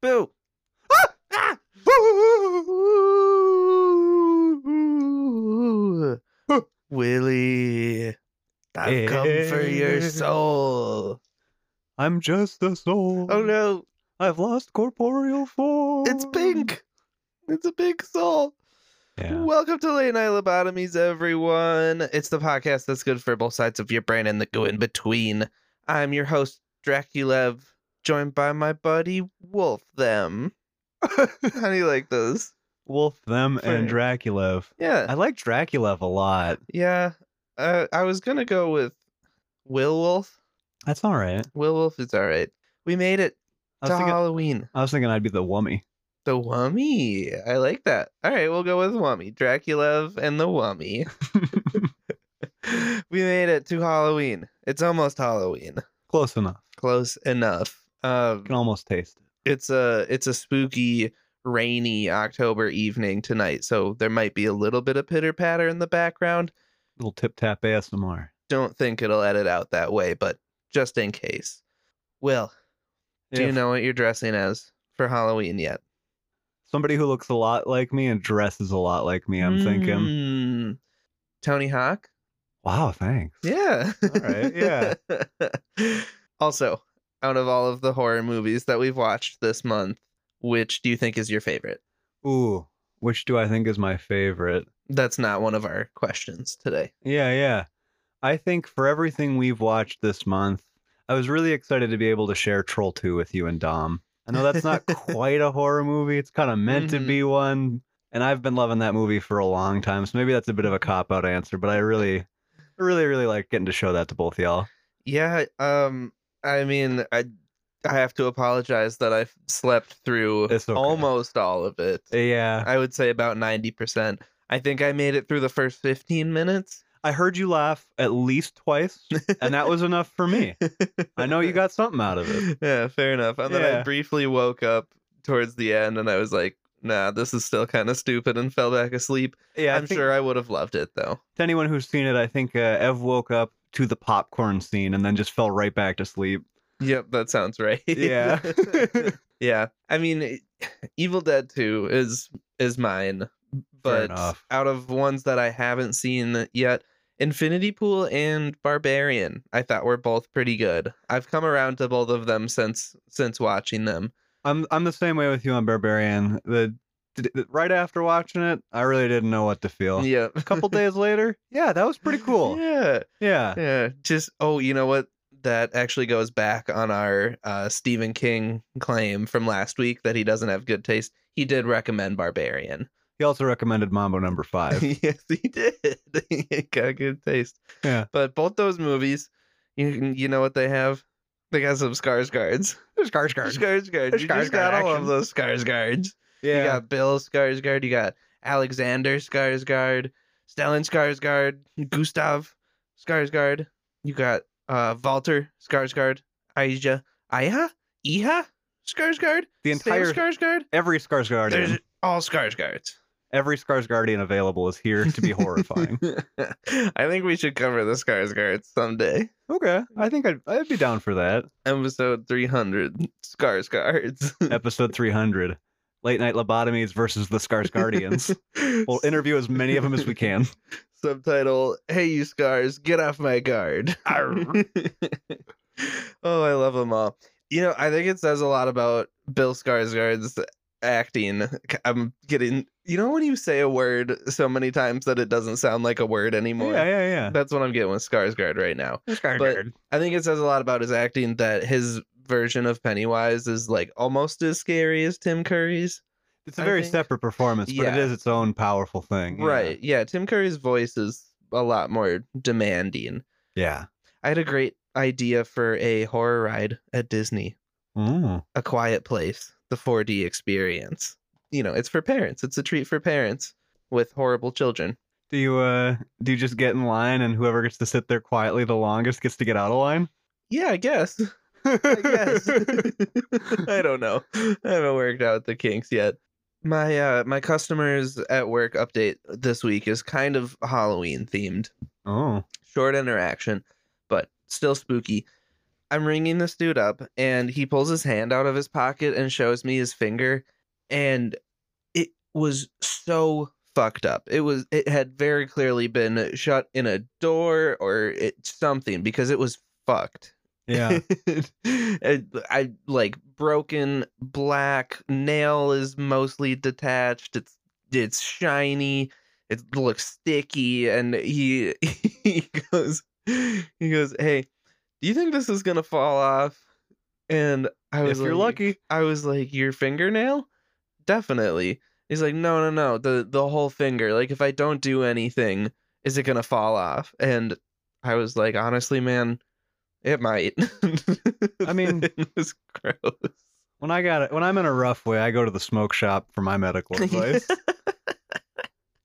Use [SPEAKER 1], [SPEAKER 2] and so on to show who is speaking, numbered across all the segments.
[SPEAKER 1] Boo. Willie, I've come for your
[SPEAKER 2] Eh.
[SPEAKER 1] soul.
[SPEAKER 2] I'm just a soul.
[SPEAKER 1] Oh no,
[SPEAKER 2] I've lost corporeal form.
[SPEAKER 1] it's pink. It's a pink soul.
[SPEAKER 2] Yeah.
[SPEAKER 1] Welcome to Late Night Lobotomies, everyone. It's the podcast that's good for both sides of your brain and the go in between. I'm your host, Draculev, joined by my buddy Wolf Them. How do you like those?
[SPEAKER 2] Wolf, them, and Draculev.
[SPEAKER 1] Yeah.
[SPEAKER 2] I like Draculev a lot.
[SPEAKER 1] Yeah. Uh, I was going to go with Will Wolf.
[SPEAKER 2] That's all right.
[SPEAKER 1] Will Wolf is all right. We made it
[SPEAKER 2] I
[SPEAKER 1] to
[SPEAKER 2] was, thinking,
[SPEAKER 1] Halloween.
[SPEAKER 2] I was thinking I'd be the wummy.
[SPEAKER 1] The Wummy. I like that. All right, we'll go with Wummy. Draculev and the Wummy. we made it to Halloween. It's almost Halloween.
[SPEAKER 2] Close enough.
[SPEAKER 1] Close enough. Um,
[SPEAKER 2] Can almost taste it.
[SPEAKER 1] it's a it's a spooky, rainy October evening tonight, so there might be a little bit of pitter patter in the background.
[SPEAKER 2] Little tip tap ASMR.
[SPEAKER 1] Don't think it'll edit out that way, but just in case. Will, do you
[SPEAKER 2] If
[SPEAKER 1] know what you're dressing as for Halloween yet?
[SPEAKER 2] somebody who looks a lot like me and dresses a lot like me? I'm thinking.
[SPEAKER 1] Hmm. Tony Hawk.
[SPEAKER 2] Wow, thanks.
[SPEAKER 1] Yeah.
[SPEAKER 2] All right, yeah.
[SPEAKER 1] also, out of all of the horror movies that we've watched this month, which do you think is your favorite?
[SPEAKER 2] Ooh, which do I think is my favorite?
[SPEAKER 1] That's not one of our questions today.
[SPEAKER 2] Yeah, yeah. I think for everything we've watched this month, I was really excited to be able to share Troll 2 with you and Dom. I know that's not quite a horror movie, it's kind of meant
[SPEAKER 1] Mhm.
[SPEAKER 2] to be one. And I've been loving that movie for a long time, so maybe that's a bit of a cop out answer, but I really, I really, really like getting to show that to both y'all.
[SPEAKER 1] Yeah, um I mean, I I have to apologize that I have slept through
[SPEAKER 2] It's okay.
[SPEAKER 1] almost all of it.
[SPEAKER 2] Yeah.
[SPEAKER 1] I would say about 90%. I think I made it through the first 15 minutes.
[SPEAKER 2] I heard you laugh at least twice, and that was enough for me. I know you got something out of it.
[SPEAKER 1] Yeah, fair enough. And then I
[SPEAKER 2] Yeah.
[SPEAKER 1] briefly woke up towards the end and I was like, nah, this is still kind of stupid and fell back asleep.
[SPEAKER 2] Yeah, I
[SPEAKER 1] I'm
[SPEAKER 2] think-
[SPEAKER 1] sure I would have loved it though.
[SPEAKER 2] to anyone who's seen it, I think uh, Ev woke up to the popcorn scene and then just fell right back to sleep.
[SPEAKER 1] Yep, that sounds right.
[SPEAKER 2] Yeah.
[SPEAKER 1] yeah. I mean, it- Evil Dead 2 is is mine, but
[SPEAKER 2] enough.
[SPEAKER 1] out of ones that I haven't seen yet, Infinity Pool and Barbarian, I thought were both pretty good. I've come around to both of them since since watching them.
[SPEAKER 2] I'm I'm the same way with you on Barbarian. The, d- d- right after watching it, I really didn't know what to feel.
[SPEAKER 1] Yeah.
[SPEAKER 2] A couple days later, yeah, that was Oh, pretty cool. Uh,
[SPEAKER 1] Yeah.
[SPEAKER 2] Yeah.
[SPEAKER 1] Yeah, just oh, you know what? That actually goes back on our uh, Stephen King claim from last week that he doesn't have good taste. He did recommend Barbarian.
[SPEAKER 2] He also recommended Mambo Number Five.
[SPEAKER 1] yes, he did. he got good taste.
[SPEAKER 2] Yeah.
[SPEAKER 1] but both those movies, you you know what they have? They got some scars guards.
[SPEAKER 2] Skarsgård.
[SPEAKER 1] Scars guards. You just
[SPEAKER 2] Skarsgård
[SPEAKER 1] got all of
[SPEAKER 2] action.
[SPEAKER 1] those scars guards.
[SPEAKER 2] Yeah.
[SPEAKER 1] You got Bill Skarsgård. You got Alexander Skarsgård, Stellan Skarsgård, Gustav Skarsgård. You got uh Walter Skarsgård, Aja, Aya, Iha Skarsgård.
[SPEAKER 2] the
[SPEAKER 1] Sam
[SPEAKER 2] entire
[SPEAKER 1] Skarsgård.
[SPEAKER 2] every Skarsgårdian,
[SPEAKER 1] There's all Skarsgårds.
[SPEAKER 2] every Skarsgårdian available is here to be horrifying.
[SPEAKER 1] I think we should cover the Skarsgårds someday.
[SPEAKER 2] okay, I think I'd I'd be down for that.
[SPEAKER 1] Episode 300, Skarsgårds.
[SPEAKER 2] Episode 300, late night lobotomies versus the Skarsgårdians. We'll interview as many of them as we can.
[SPEAKER 1] subtitle hey you scars get off my guard
[SPEAKER 2] Arr.
[SPEAKER 1] oh i love them all you know i think it says a lot about bill skarsgård's acting i'm getting you know when you say a word so many times that it doesn't sound like a word anymore
[SPEAKER 2] Yeah, yeah,
[SPEAKER 1] that's what i'm getting with skarsgård right now
[SPEAKER 2] yeah.
[SPEAKER 1] Skarsgård. i think it says a lot about his acting that his version of pennywise is like almost as scary as tim curry's
[SPEAKER 2] It's a
[SPEAKER 1] I
[SPEAKER 2] very
[SPEAKER 1] think-
[SPEAKER 2] separate performance, but
[SPEAKER 1] Yeah.
[SPEAKER 2] it is its own powerful thing. yeah.
[SPEAKER 1] right yeah tim curry's voice is a lot more demanding
[SPEAKER 2] Yeah.
[SPEAKER 1] I had a great idea for a horror ride at Disney,
[SPEAKER 2] Mm.
[SPEAKER 1] A Quiet Place, the 4D experience. You know, it's for parents. It's a treat for parents with horrible children.
[SPEAKER 2] Do you uh do you just get in line and whoever gets to sit there quietly the longest gets to get out of line?
[SPEAKER 1] Yeah, I guess. I guess. I don't know. I haven't worked out the kinks yet. My uh my customers at work update this week is kind of Halloween themed.
[SPEAKER 2] oh.
[SPEAKER 1] Short interaction, but still spooky. I'm ringing this dude up, and he pulls his hand out of his pocket and shows me his finger, and it was so fucked up. It was it had very clearly been shut in a door or it something because it was fucked.
[SPEAKER 2] Yeah.
[SPEAKER 1] It- I like broken black nail is mostly detached. It's it's shiny. It looks sticky, and he he goes he goes, hey, do you think this is gonna fall off? And I was
[SPEAKER 2] if you're
[SPEAKER 1] like,
[SPEAKER 2] lucky.
[SPEAKER 1] I was like, your fingernail? Definitely. He's like, no, no, no, the the whole finger. Like, if I don't do anything, is it gonna fall off? And I was like, honestly, man, it might.
[SPEAKER 2] I mean-
[SPEAKER 1] it was gross.
[SPEAKER 2] When I got it, when I'm in a rough way, I go to the smoke shop for my medical advice.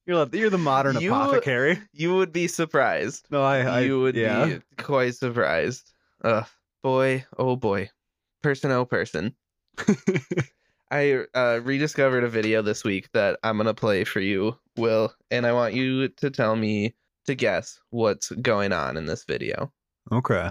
[SPEAKER 2] you're, like, you're the modern
[SPEAKER 1] You-
[SPEAKER 2] apothecary.
[SPEAKER 1] You would be surprised.
[SPEAKER 2] No, I, I
[SPEAKER 1] you would
[SPEAKER 2] yeah.
[SPEAKER 1] be quite surprised. Ugh, boy, oh boy, person, oh person. I uh, rediscovered a video this week that I'm gonna play for you, Will, and I want you to tell me to guess what's going on in this video.
[SPEAKER 2] Okay.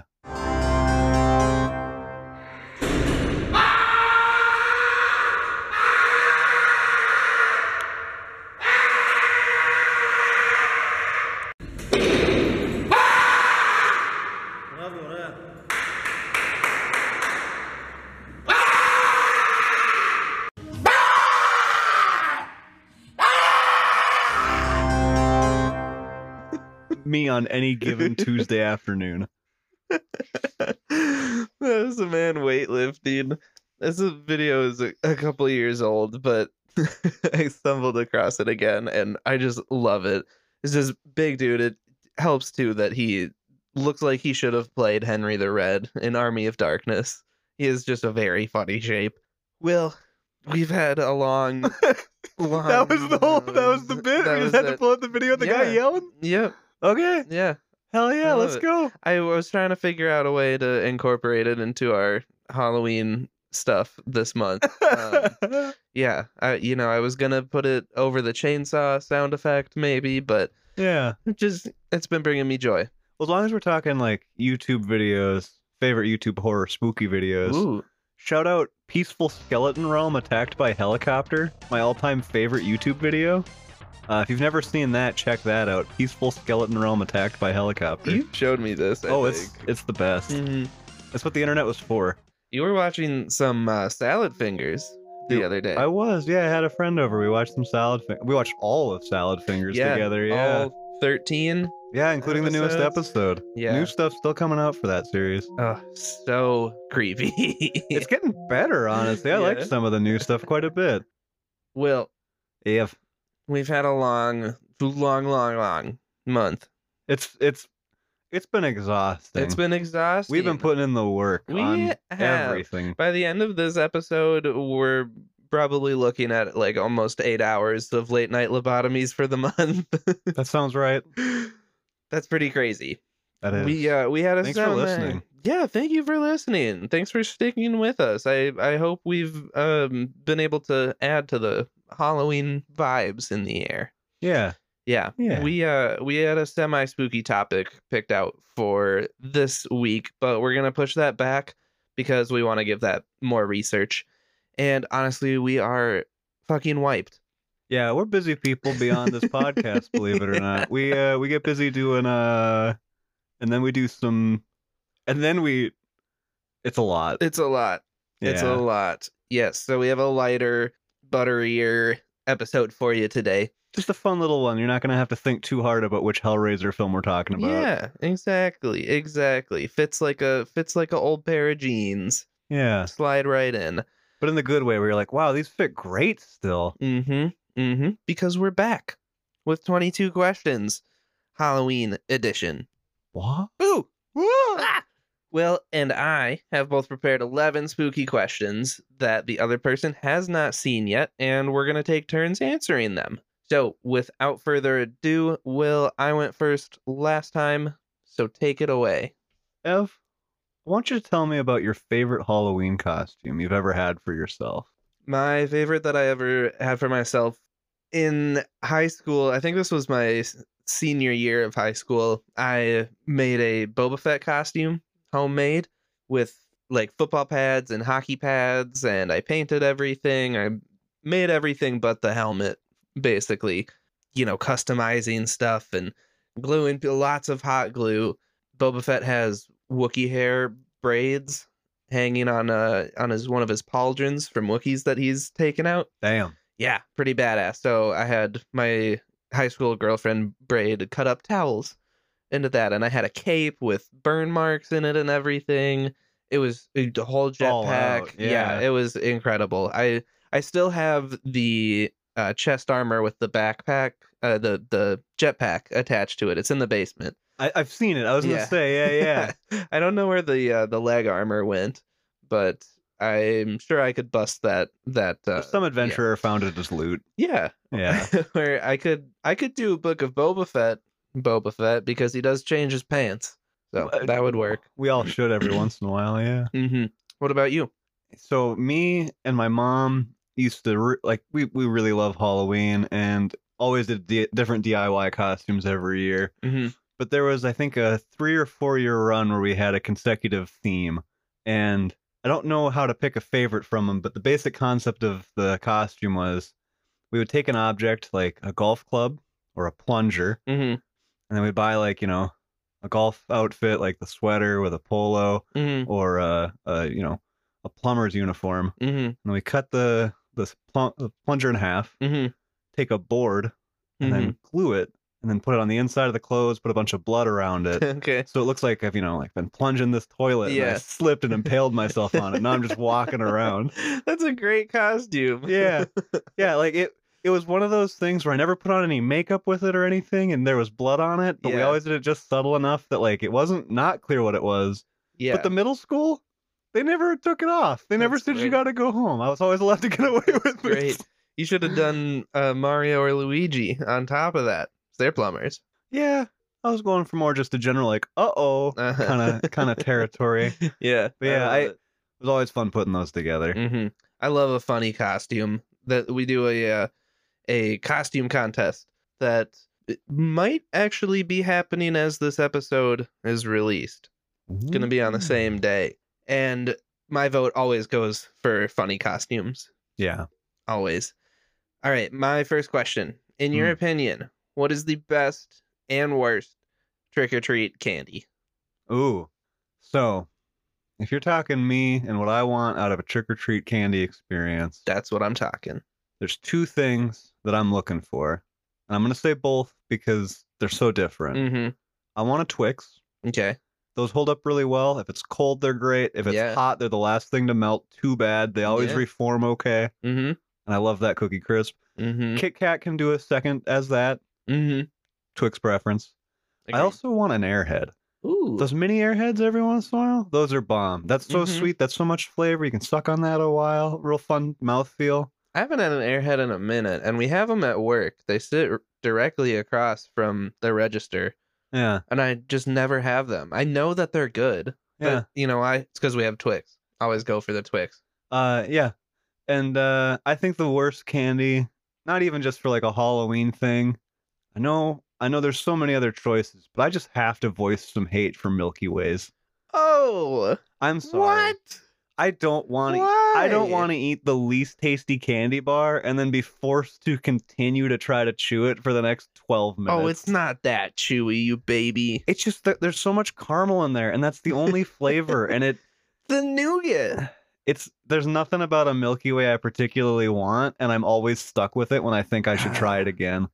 [SPEAKER 2] Me on any given Tuesday afternoon.
[SPEAKER 1] that was a man weightlifting. This video is a, a couple years old, but I stumbled across it again, and I just love it. It's just big dude. It helps too that he looks like he should have played Henry the Red in Army of Darkness. He is just a very funny shape. Will, we've had a long, long.
[SPEAKER 2] That was the whole. That was the bit.
[SPEAKER 1] Um, that
[SPEAKER 2] we
[SPEAKER 1] was
[SPEAKER 2] just had to
[SPEAKER 1] it.
[SPEAKER 2] pull up the video of the guy
[SPEAKER 1] Yeah.
[SPEAKER 2] yelling.
[SPEAKER 1] Yep.
[SPEAKER 2] Okay,
[SPEAKER 1] Yeah.
[SPEAKER 2] hell yeah,
[SPEAKER 1] love
[SPEAKER 2] let's
[SPEAKER 1] it.
[SPEAKER 2] go.
[SPEAKER 1] I was trying to figure out a way to incorporate it into our Halloween stuff this month. Um, Yeah, I, you know, I was gonna put it over the chainsaw sound effect maybe, but
[SPEAKER 2] yeah.
[SPEAKER 1] it just it's been bringing me joy.
[SPEAKER 2] Well, as long as we're talking like YouTube videos, favorite YouTube horror spooky videos.
[SPEAKER 1] Ooh,
[SPEAKER 2] Shout out Peaceful Skeleton Realm Attacked by Helicopter, my all time favorite YouTube video. Uh, if you've never seen that, check that out. Peaceful Skeleton Realm Attacked by Helicopter.
[SPEAKER 1] you showed me this. I
[SPEAKER 2] oh, it's
[SPEAKER 1] think.
[SPEAKER 2] it's the best.
[SPEAKER 1] Mhm.
[SPEAKER 2] That's what the internet was for.
[SPEAKER 1] you were watching some uh, salad fingers the
[SPEAKER 2] Dude,
[SPEAKER 1] other day.
[SPEAKER 2] I was, yeah. I had a friend over. We watched some salad. Fi- we watched all of Salad Fingers
[SPEAKER 1] Yeah, Oh,
[SPEAKER 2] together. Yeah,
[SPEAKER 1] All thirteen.
[SPEAKER 2] yeah, including the newest
[SPEAKER 1] episodes.
[SPEAKER 2] episode.
[SPEAKER 1] Yeah.
[SPEAKER 2] new stuff still coming out for that series.
[SPEAKER 1] Oh, so creepy.
[SPEAKER 2] It's getting better, honestly. I like
[SPEAKER 1] Yeah.
[SPEAKER 2] some of the new stuff quite a bit.
[SPEAKER 1] Will,
[SPEAKER 2] If
[SPEAKER 1] we've had a long, long, long, long month.
[SPEAKER 2] it's it's it's been exhausting.
[SPEAKER 1] It's been exhausting.
[SPEAKER 2] We've been putting in the work
[SPEAKER 1] We
[SPEAKER 2] on
[SPEAKER 1] have.
[SPEAKER 2] everything.
[SPEAKER 1] By the end of this episode, we're probably looking at like almost eight hours of late night lobotomies for the month.
[SPEAKER 2] That sounds right.
[SPEAKER 1] That's pretty crazy.
[SPEAKER 2] That is.
[SPEAKER 1] We uh, we had a
[SPEAKER 2] Thanks for
[SPEAKER 1] sound man.
[SPEAKER 2] listening.
[SPEAKER 1] Yeah, thank you for listening. Thanks for sticking with us. I I hope we've um been able to add to the Halloween vibes in the air.
[SPEAKER 2] yeah.
[SPEAKER 1] Yeah.
[SPEAKER 2] Yeah.
[SPEAKER 1] We uh we had a semi spooky topic picked out for this week, but we're gonna push that back because we want to give that more research. And honestly, we are fucking wiped.
[SPEAKER 2] Yeah, we're busy people beyond this podcast, believe it or not. We uh we get busy doing uh and then we do some and then we it's a lot.
[SPEAKER 1] It's a lot. It's a
[SPEAKER 2] Yeah.
[SPEAKER 1] lot. Yes. So we have a lighter, butterier episode for you today.
[SPEAKER 2] just a fun little one. You're not gonna have to think too hard about which Hellraiser film we're talking about.
[SPEAKER 1] Yeah, exactly. Exactly. Fits like a fits like a old pair of jeans.
[SPEAKER 2] Yeah.
[SPEAKER 1] Slide right in.
[SPEAKER 2] But in the good way where you're like, wow, these fit great still.
[SPEAKER 1] Mm-hmm. Mm-hmm. Because we're back with 22 questions, Halloween edition.
[SPEAKER 2] What?
[SPEAKER 1] Boo! Ah! Well, and I have both prepared 11 spooky questions that the other person has not seen yet, and we're going to take turns answering them. So, without further ado, Will, I went first last time, so take it away.
[SPEAKER 2] Ev, I want you to tell me about your favorite Halloween costume you've ever had for yourself.
[SPEAKER 1] My favorite that I ever had for myself in high school, I think this was my s- senior year of high school, I made a Boba Fett costume, homemade. with like football pads and hockey pads, and I painted everything. I made everything but the helmet, basically, you know, customizing stuff and gluing lots of hot glue. Boba Fett has Wookiee hair braids hanging on uh on his one of his pauldrons from Wookiees that he's taken out.
[SPEAKER 2] Damn.
[SPEAKER 1] Yeah, pretty badass. So I had my high school girlfriend braid cut up towels into that, and I had a cape with burn marks in it and everything. It was a whole
[SPEAKER 2] All out,
[SPEAKER 1] jetpack. Yeah.
[SPEAKER 2] yeah.
[SPEAKER 1] it was incredible. I I still have the uh, chest armor with the backpack, uh, the the jetpack attached to it. It's in the basement.
[SPEAKER 2] I, I've seen it. I was
[SPEAKER 1] Yeah.
[SPEAKER 2] gonna say, yeah, yeah.
[SPEAKER 1] I don't know where the uh, the leg armor went, but I'm sure I could bust that that uh,
[SPEAKER 2] Some adventurer found it as loot.
[SPEAKER 1] yeah.
[SPEAKER 2] Yeah.
[SPEAKER 1] where I could I could do a book of Boba Fett, Boba Fett because he does change his pants, so
[SPEAKER 2] Uh,
[SPEAKER 1] that would work.
[SPEAKER 2] We all should every once in a while, yeah.
[SPEAKER 1] hmm What about you?
[SPEAKER 2] so me and my mom used to re- like we, we really love halloween and always did di- different diy costumes every year
[SPEAKER 1] Mm-hmm.
[SPEAKER 2] but there was i think a three or four year run where we had a consecutive theme and i don't know how to pick a favorite from them but the basic concept of the costume was we would take an object like a golf club or a plunger
[SPEAKER 1] Mm-hmm.
[SPEAKER 2] and then we'd buy like you know a golf outfit like the sweater with a polo
[SPEAKER 1] Mm-hmm.
[SPEAKER 2] or a, a you know a plumber's uniform
[SPEAKER 1] Mm-hmm.
[SPEAKER 2] and we cut the the pl- the plunger in half,
[SPEAKER 1] Mm-hmm.
[SPEAKER 2] take a board, and then glue it, and then put it on the inside of the clothes, put a bunch of blood around it.
[SPEAKER 1] mm-hmm. okay.
[SPEAKER 2] So it looks like I've, you know, like been plunging this toilet and
[SPEAKER 1] Yeah.
[SPEAKER 2] I slipped and impaled myself on it. Now I'm just walking around.
[SPEAKER 1] That's a great costume.
[SPEAKER 2] Yeah. Yeah, like it it was one of those things where I never put on any makeup with it or anything and there was blood on it, but we
[SPEAKER 1] Yeah.
[SPEAKER 2] always did it just subtle enough that like it wasn't not clear what it was.
[SPEAKER 1] yeah.
[SPEAKER 2] But the middle school, they never took it off. They never
[SPEAKER 1] That's
[SPEAKER 2] said you
[SPEAKER 1] great.
[SPEAKER 2] got to go home. I was always allowed to get away with
[SPEAKER 1] Great.
[SPEAKER 2] it.
[SPEAKER 1] you should have done uh, Mario or Luigi on top of that. They're plumbers.
[SPEAKER 2] Yeah, I was going for more just a general like, uh oh,
[SPEAKER 1] Uh-huh.
[SPEAKER 2] kind of kind of territory. It
[SPEAKER 1] Yeah. uh,
[SPEAKER 2] But yeah, I- was always fun putting those together.
[SPEAKER 1] hmm I love a funny costume that we do a uh, a costume contest that it might actually be happening as this episode is released. It's going to be on the same day. And my vote always goes for funny costumes,
[SPEAKER 2] Yeah.
[SPEAKER 1] always. All right, my first question. In your
[SPEAKER 2] Hmm.
[SPEAKER 1] opinion, what is the best and worst trick or treat candy?
[SPEAKER 2] Ooh. So, if you're talking me and what I want out of a trick or treat candy experience,
[SPEAKER 1] That's what I'm talking.
[SPEAKER 2] there's two things that I'm looking for, and I'm gonna say both because they're so different.
[SPEAKER 1] Mhm.
[SPEAKER 2] I want a Twix.
[SPEAKER 1] Okay.
[SPEAKER 2] Those hold up really well. If it's cold, they're great. If it's
[SPEAKER 1] Yeah.
[SPEAKER 2] hot, they're the last thing to melt. Too bad. They always
[SPEAKER 1] Yeah.
[SPEAKER 2] reform okay.
[SPEAKER 1] Mhm.
[SPEAKER 2] And I love that cookie crisp.
[SPEAKER 1] Mhm.
[SPEAKER 2] Kit Kat can do a second as that.
[SPEAKER 1] Mhm.
[SPEAKER 2] Twix preference. I
[SPEAKER 1] Agreed.
[SPEAKER 2] also want an airhead.
[SPEAKER 1] Ooh.
[SPEAKER 2] Those mini airheads every once in a while, those are bomb. That's so
[SPEAKER 1] Mhm.
[SPEAKER 2] sweet. That's so much flavor. You can suck on that a while. Real fun mouthfeel.
[SPEAKER 1] I haven't had an airhead in a minute, and we have them at work. They sit r- directly across from the register,
[SPEAKER 2] Yeah.
[SPEAKER 1] and I just never have them. I know that they're good,
[SPEAKER 2] Yeah.
[SPEAKER 1] but you know, I it's because we have Twix. I always go for the Twix.
[SPEAKER 2] Uh yeah. And uh I think the worst candy, not even just for like a Halloween thing. I know I know there's so many other choices, but I just have to voice some hate for Milky Ways.
[SPEAKER 1] Oh,
[SPEAKER 2] I'm sorry.
[SPEAKER 1] what?
[SPEAKER 2] I don't want to
[SPEAKER 1] Why?
[SPEAKER 2] I don't want to eat the least tasty candy bar and then be forced to continue to try to chew it for the next 12 minutes.
[SPEAKER 1] Oh, it's not that chewy, you baby.
[SPEAKER 2] It's just that there's so much caramel in there and that's the only flavor and it
[SPEAKER 1] The nougat.
[SPEAKER 2] it's there's nothing about a Milky Way I particularly want and I'm always stuck with it when I think I should try it again.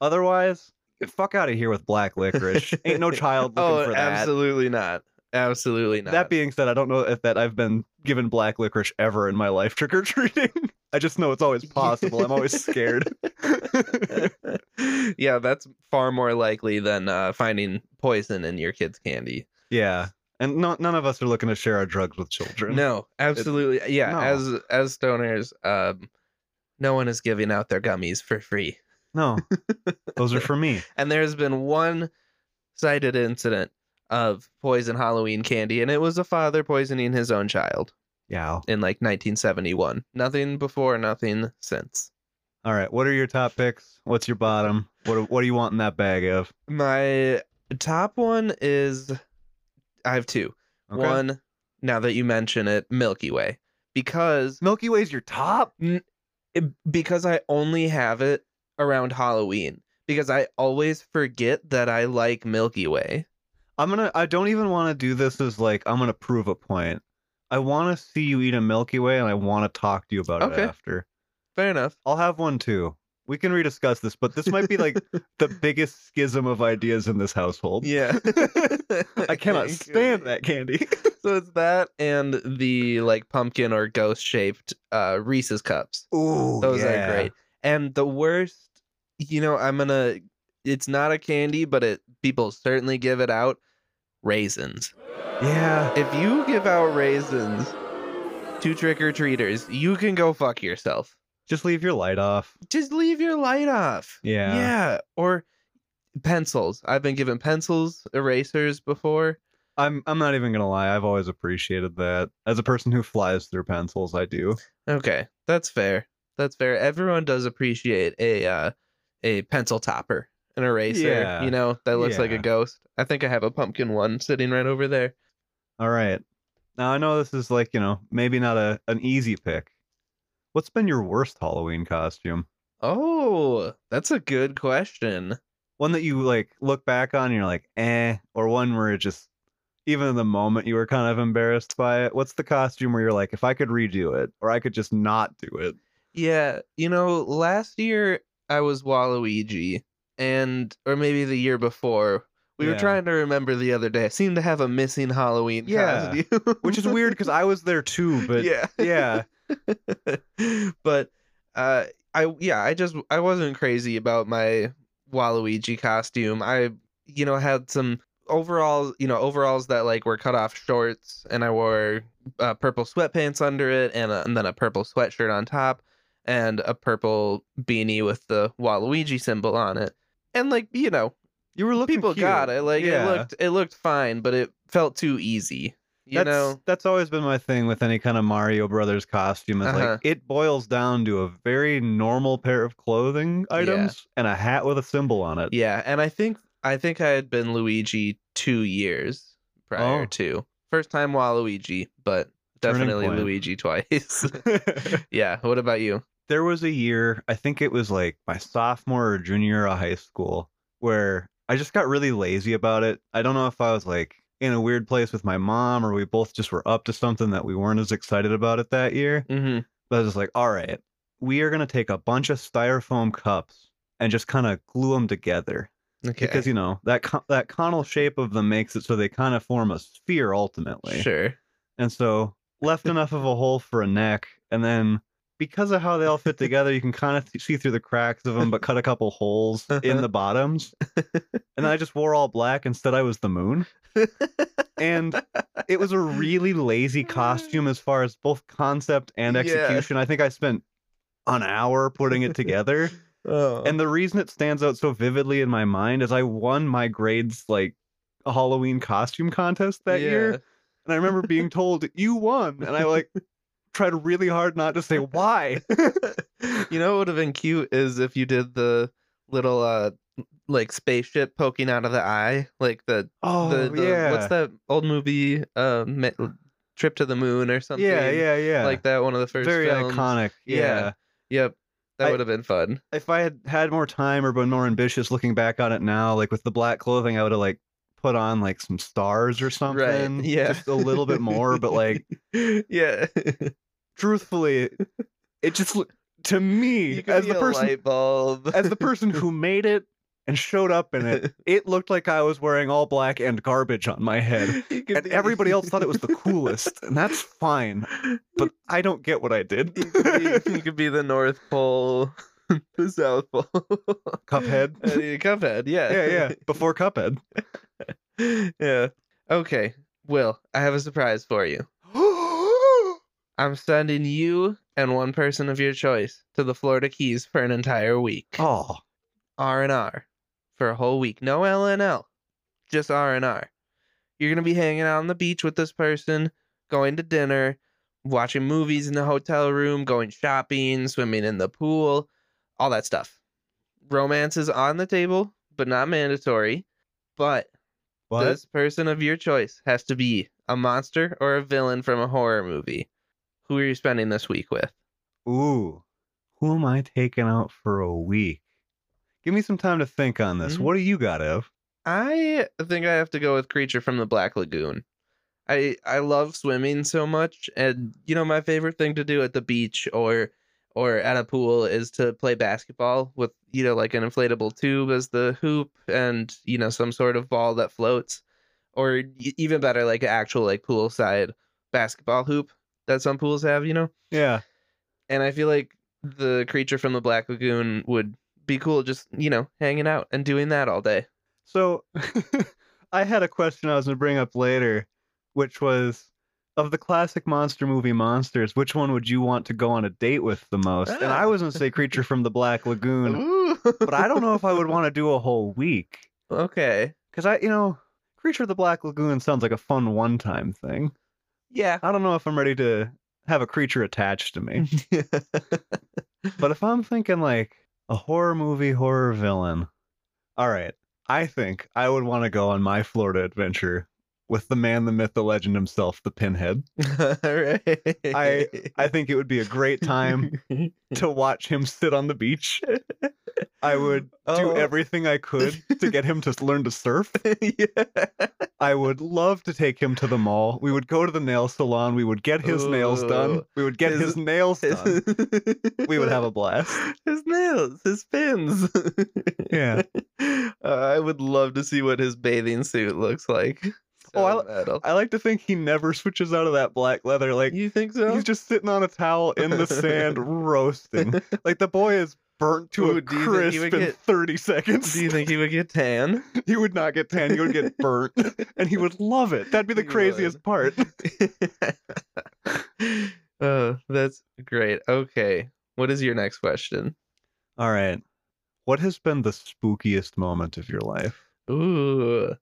[SPEAKER 2] Otherwise, fuck out of here with black licorice. Ain't no child looking
[SPEAKER 1] Oh,
[SPEAKER 2] for that.
[SPEAKER 1] absolutely not. Absolutely not.
[SPEAKER 2] That being said, I don't know if that I've been given black licorice ever in my life trick or treating. I just know it's always possible. I'm always scared.
[SPEAKER 1] yeah, that's far more likely than uh, finding poison in your kid's candy.
[SPEAKER 2] Yeah. And no, none of us are looking to share our drugs with children.
[SPEAKER 1] No, absolutely. uh, yeah,
[SPEAKER 2] no.
[SPEAKER 1] as as stoners, um, no one is giving out their gummies for free.
[SPEAKER 2] No. Those are for me.
[SPEAKER 1] And there has been one cited incident of poison Halloween candy, and it was a father poisoning his own child
[SPEAKER 2] Yeah.
[SPEAKER 1] in like 1971. Nothing before, nothing since.
[SPEAKER 2] All right. What are your top picks? What's your bottom? What what do you want in that bag of?
[SPEAKER 1] My top one is I have two.
[SPEAKER 2] Okay.
[SPEAKER 1] One now that you mention it, Milky Way. Because
[SPEAKER 2] Milky Way's your top?
[SPEAKER 1] it- because I only have it around Halloween because I always forget that I like Milky Way.
[SPEAKER 2] I'm gonna. I don't even want to do this as like I'm gonna prove a point. I want to see you eat a Milky Way, and I want to talk to you about
[SPEAKER 1] Okay.
[SPEAKER 2] it after.
[SPEAKER 1] Fair enough.
[SPEAKER 2] I'll have one too. We can rediscuss this, but this might be like the biggest schism of ideas in this household.
[SPEAKER 1] Yeah.
[SPEAKER 2] I cannot stand that candy.
[SPEAKER 1] So it's that and the like pumpkin or ghost shaped uh Reese's cups.
[SPEAKER 2] Ooh,
[SPEAKER 1] Those are great. And the worst, you know, I'm gonna it's not a candy, but it people certainly give it out. Raisins.
[SPEAKER 2] Yeah,
[SPEAKER 1] If you give out raisins to trick or treaters, you can go fuck yourself.
[SPEAKER 2] just leave your light off.
[SPEAKER 1] Just leave your light off.
[SPEAKER 2] Yeah.
[SPEAKER 1] Or pencils. I've been given pencils, erasers before.
[SPEAKER 2] I'm I'm not even gonna lie. I've always appreciated that. As a person who flies through pencils, I do.
[SPEAKER 1] Okay, that's fair. That's fair. Everyone does appreciate a uh, a pencil topper, an eraser.
[SPEAKER 2] Yeah.
[SPEAKER 1] You know that looks like a
[SPEAKER 2] Yeah.
[SPEAKER 1] ghost. I think I have a pumpkin one sitting right over there.
[SPEAKER 2] All right. Now I know this is like you know maybe not a an easy pick. What's been your worst Halloween costume?
[SPEAKER 1] Oh, that's a good question.
[SPEAKER 2] One that you like look back on and you're like, eh, or one where it just even in the moment you were kind of embarrassed by it. What's the costume where you're like, if I could redo it, or I could just not do it?
[SPEAKER 1] Yeah, you know, last year I was Waluigi, and or maybe the year before. We were
[SPEAKER 2] Yeah.
[SPEAKER 1] trying to remember the other day. I seem to have a missing Halloween
[SPEAKER 2] Yeah,
[SPEAKER 1] costume,
[SPEAKER 2] Which is weird because I was there too, but
[SPEAKER 1] yeah,
[SPEAKER 2] yeah.
[SPEAKER 1] but uh I yeah, I just I wasn't crazy about my Waluigi costume. I you know had some overalls, you know, overalls that like were cut off shorts and I wore uh, purple sweatpants under it and, a, and then a purple sweatshirt on top and a purple beanie with the Waluigi symbol on it. And like, you know,
[SPEAKER 2] you were looking.
[SPEAKER 1] people
[SPEAKER 2] cute.
[SPEAKER 1] got it. Like
[SPEAKER 2] Yeah.
[SPEAKER 1] it looked it looked fine, but it felt too easy. You
[SPEAKER 2] that's,
[SPEAKER 1] know,
[SPEAKER 2] that's always been my thing with any kind of Mario Brothers costume. Is
[SPEAKER 1] Uh-huh.
[SPEAKER 2] like it boils down to a very normal pair of clothing
[SPEAKER 1] Yeah.
[SPEAKER 2] items and a hat with a symbol on it.
[SPEAKER 1] Yeah, and I think I think I had been Luigi two years prior
[SPEAKER 2] Oh.
[SPEAKER 1] to first time Waluigi, but
[SPEAKER 2] Turning
[SPEAKER 1] definitely
[SPEAKER 2] point.
[SPEAKER 1] Luigi twice. yeah. What about you?
[SPEAKER 2] there was a year, I think it was like my sophomore or junior year of high school, where I just got really lazy about it. I don't know if I was like in a weird place with my mom or we both just were up to something that we weren't as excited about it that year.
[SPEAKER 1] hmm
[SPEAKER 2] But I was just like, all right, we are going to take a bunch of styrofoam cups and just kind of glue them together
[SPEAKER 1] Okay.
[SPEAKER 2] because you know that con- that conal shape of them makes it so they kind of form a sphere ultimately.
[SPEAKER 1] sure.
[SPEAKER 2] And so left enough of a hole for a neck, and then because of how they all fit together, you can kind of see through the cracks of them, but cut a couple holes in the bottoms. And I just wore all black instead. I was the moon, and it was a really lazy costume as far as both concept and
[SPEAKER 1] Yeah.
[SPEAKER 2] execution. I think I spent an hour putting it together.
[SPEAKER 1] oh.
[SPEAKER 2] And the reason it stands out so vividly in my mind is I won my grades like a Halloween costume contest that year. And I remember being told, You won. And I like tried really hard not to say why.
[SPEAKER 1] you know what would have been cute is if you did the little uh like spaceship poking out of the eye, like the,
[SPEAKER 2] Oh,
[SPEAKER 1] the, the
[SPEAKER 2] yeah.
[SPEAKER 1] what's that old movie uh Ma- trip to the moon or something?
[SPEAKER 2] Yeah, yeah, yeah.
[SPEAKER 1] Like that, one of the first
[SPEAKER 2] very
[SPEAKER 1] films.
[SPEAKER 2] iconic.
[SPEAKER 1] Yeah.
[SPEAKER 2] Yeah.
[SPEAKER 1] Yep. That
[SPEAKER 2] I-
[SPEAKER 1] would have been fun.
[SPEAKER 2] If I had had more time or been more ambitious looking back on it now, like with the black clothing, I would have like put on like some stars or something.
[SPEAKER 1] yeah.
[SPEAKER 2] Just a little bit more, but like
[SPEAKER 1] yeah.
[SPEAKER 2] truthfully, it just l- to me
[SPEAKER 1] You could
[SPEAKER 2] as
[SPEAKER 1] be
[SPEAKER 2] the
[SPEAKER 1] a
[SPEAKER 2] person
[SPEAKER 1] light bulb.
[SPEAKER 2] as the person who made it and showed up in it, it looked like I was wearing all black and garbage on my head.
[SPEAKER 1] You could
[SPEAKER 2] and
[SPEAKER 1] be-
[SPEAKER 2] everybody else thought it was the coolest, and that's fine. But I don't get what I did.
[SPEAKER 1] you, could be, you could be the North Pole, the South Pole.
[SPEAKER 2] Cuphead.
[SPEAKER 1] Uh, yeah, Cuphead,
[SPEAKER 2] yeah, yeah. Before Cuphead.
[SPEAKER 1] yeah. yeah. Okay. Will, I have a surprise for you. I'm sending you and one person of your choice to the Florida Keys for an entire week.
[SPEAKER 2] oh,
[SPEAKER 1] R and R for a whole week. No L and L, just R and R. You're gonna be hanging out on the beach with this person, going to dinner, watching movies in the hotel room, going shopping, swimming in the pool, all that stuff. Romance is on the table, but not mandatory. But
[SPEAKER 2] What?
[SPEAKER 1] This person of your choice has to be a monster or a villain from a horror movie. Who are you spending this week with?
[SPEAKER 2] Ooh, who am I taking out for a week? Give me some time to think on this.
[SPEAKER 1] Mhm.
[SPEAKER 2] What do you got, Ev?
[SPEAKER 1] I think I have to go with Creature from the Black Lagoon. I I love swimming so much, and you know my favorite thing to do at the beach or or at a pool is to play basketball with you know like an inflatable tube as the hoop and you know some sort of ball that floats, or e- even better like an actual like poolside basketball hoop that some pools have. You know,
[SPEAKER 2] Yeah.
[SPEAKER 1] and I feel like the creature from the Black Lagoon would be cool just you know hanging out and doing that all day.
[SPEAKER 2] So I had a question I was going to bring up later, which was of the classic monster movie monsters, which one would you want to go on a date with the most? And I
[SPEAKER 1] Ah.
[SPEAKER 2] was going to say Creature from the Black Lagoon, but I don't know if I would want to do a whole week
[SPEAKER 1] Okay.
[SPEAKER 2] because I, you know, Creature of the Black Lagoon sounds like a fun one time thing.
[SPEAKER 1] Yeah.
[SPEAKER 2] I don't know if I'm ready to have a creature attached to me. But if I'm thinking like a horror movie, horror villain, all right, I think I would want to go on my Florida adventure with the man, the myth, the legend himself, the pinhead.
[SPEAKER 1] All right.
[SPEAKER 2] I think it would be a great time to watch him sit on the beach. I would do
[SPEAKER 1] Oh.
[SPEAKER 2] everything I could to get him to learn to surf.
[SPEAKER 1] yeah.
[SPEAKER 2] I would love to take him to the mall. We would go to the nail salon. We would get his nails done.
[SPEAKER 1] Ooh.
[SPEAKER 2] We would get
[SPEAKER 1] His-
[SPEAKER 2] his, nails done. We would have a blast.
[SPEAKER 1] his nails, his pins.
[SPEAKER 2] Yeah.
[SPEAKER 1] Uh, I would love to see what his bathing suit looks like.
[SPEAKER 2] Oh, I
[SPEAKER 1] So
[SPEAKER 2] li-
[SPEAKER 1] metal.
[SPEAKER 2] I like to think he never switches out of that black leather. Like
[SPEAKER 1] you think so?
[SPEAKER 2] he's just sitting on a towel in the sand roasting. Like the boy is burnt to
[SPEAKER 1] Ooh,
[SPEAKER 2] a
[SPEAKER 1] do you think he
[SPEAKER 2] crisp
[SPEAKER 1] would
[SPEAKER 2] in
[SPEAKER 1] get-
[SPEAKER 2] 30 seconds.
[SPEAKER 1] Do you think he would get tan?
[SPEAKER 2] he would not get tan. He would get burnt, and he would love it. That'd be the
[SPEAKER 1] He
[SPEAKER 2] craziest
[SPEAKER 1] would.
[SPEAKER 2] part.
[SPEAKER 1] oh, that's great. Okay. What is your next question?
[SPEAKER 2] All right, what has been the spookiest moment of your life?
[SPEAKER 1] Ooh.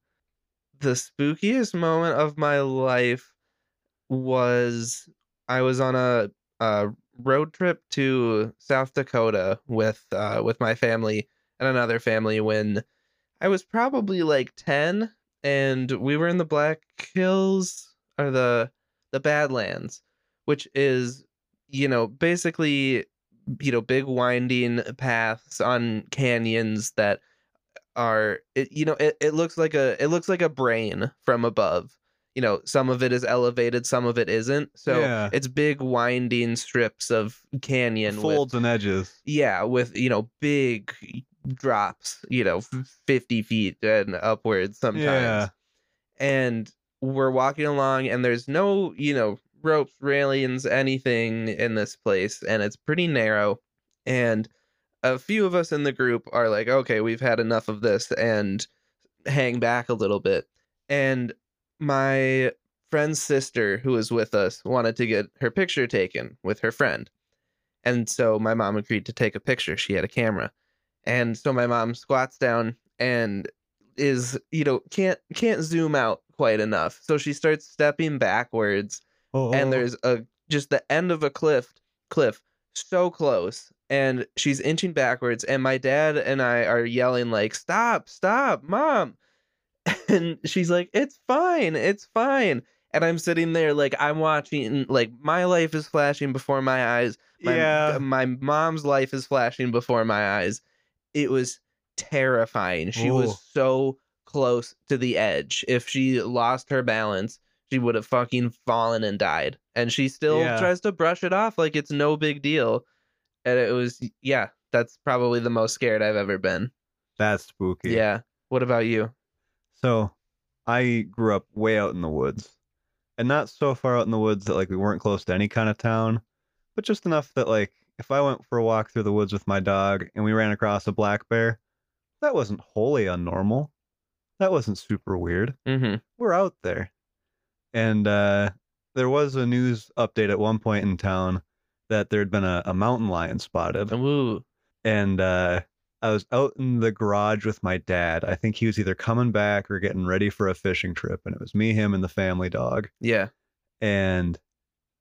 [SPEAKER 1] The spookiest moment of my life was I was on a, a road trip to South Dakota with uh, with my family and another family when I was probably like 10 and we were in the Black Hills or the the Badlands, which is you know basically you know big winding paths on canyons that are it, you know it, it looks like a it looks like a brain from above you know some of it is elevated some of it isn't so
[SPEAKER 2] Yeah.
[SPEAKER 1] it's big winding strips of canyon with-
[SPEAKER 2] Folds and edges.
[SPEAKER 1] yeah with you know big drops you know f- 50 feet and upwards sometimes
[SPEAKER 2] Yeah.
[SPEAKER 1] and we're walking along and there's no you know ropes railings anything in this place and it's pretty narrow and a few of us in the group are like okay we've had enough of this and hang back a little bit and my friend's sister who was with us wanted to get her picture taken with her friend and so my mom agreed to take a picture she had a camera and so my mom squats down and is you know can't can't zoom out quite enough so she starts stepping backwards
[SPEAKER 2] Oh,
[SPEAKER 1] and there's a just the end of a cliff cliff so close and she's inching backwards and my dad and I are yelling like stop stop mom and she's like it's fine it's fine and I'm sitting there like I'm watching like my life is flashing before my eyes my, uh,
[SPEAKER 2] yeah.
[SPEAKER 1] my mom's life is flashing before my eyes. It was terrifying. She
[SPEAKER 2] Ooh.
[SPEAKER 1] was so close to the edge. If she lost her balance, she would have fucking fallen and died. And she still
[SPEAKER 2] Yeah.
[SPEAKER 1] tries to brush it off like it's no big deal. And it was, yeah, that's probably the most scared I've ever been.
[SPEAKER 2] That's spooky.
[SPEAKER 1] Yeah. What about you?
[SPEAKER 2] So I grew up way out in the woods. And not so far out in the woods that like we weren't close to any kind of town, but just enough that like if I went for a walk through the woods with my dog and we ran across a black bear, that wasn't wholly unnormal. That wasn't super weird.
[SPEAKER 1] Mm-hmm.
[SPEAKER 2] We're out there. And uh there was a news update at one point in town that there had been a, a mountain lion spotted
[SPEAKER 1] Ooh.
[SPEAKER 2] and uh, I was out in the garage with my dad. I think he was either coming back or getting ready for a fishing trip, and it was me, him, and the family dog.
[SPEAKER 1] Yeah.
[SPEAKER 2] And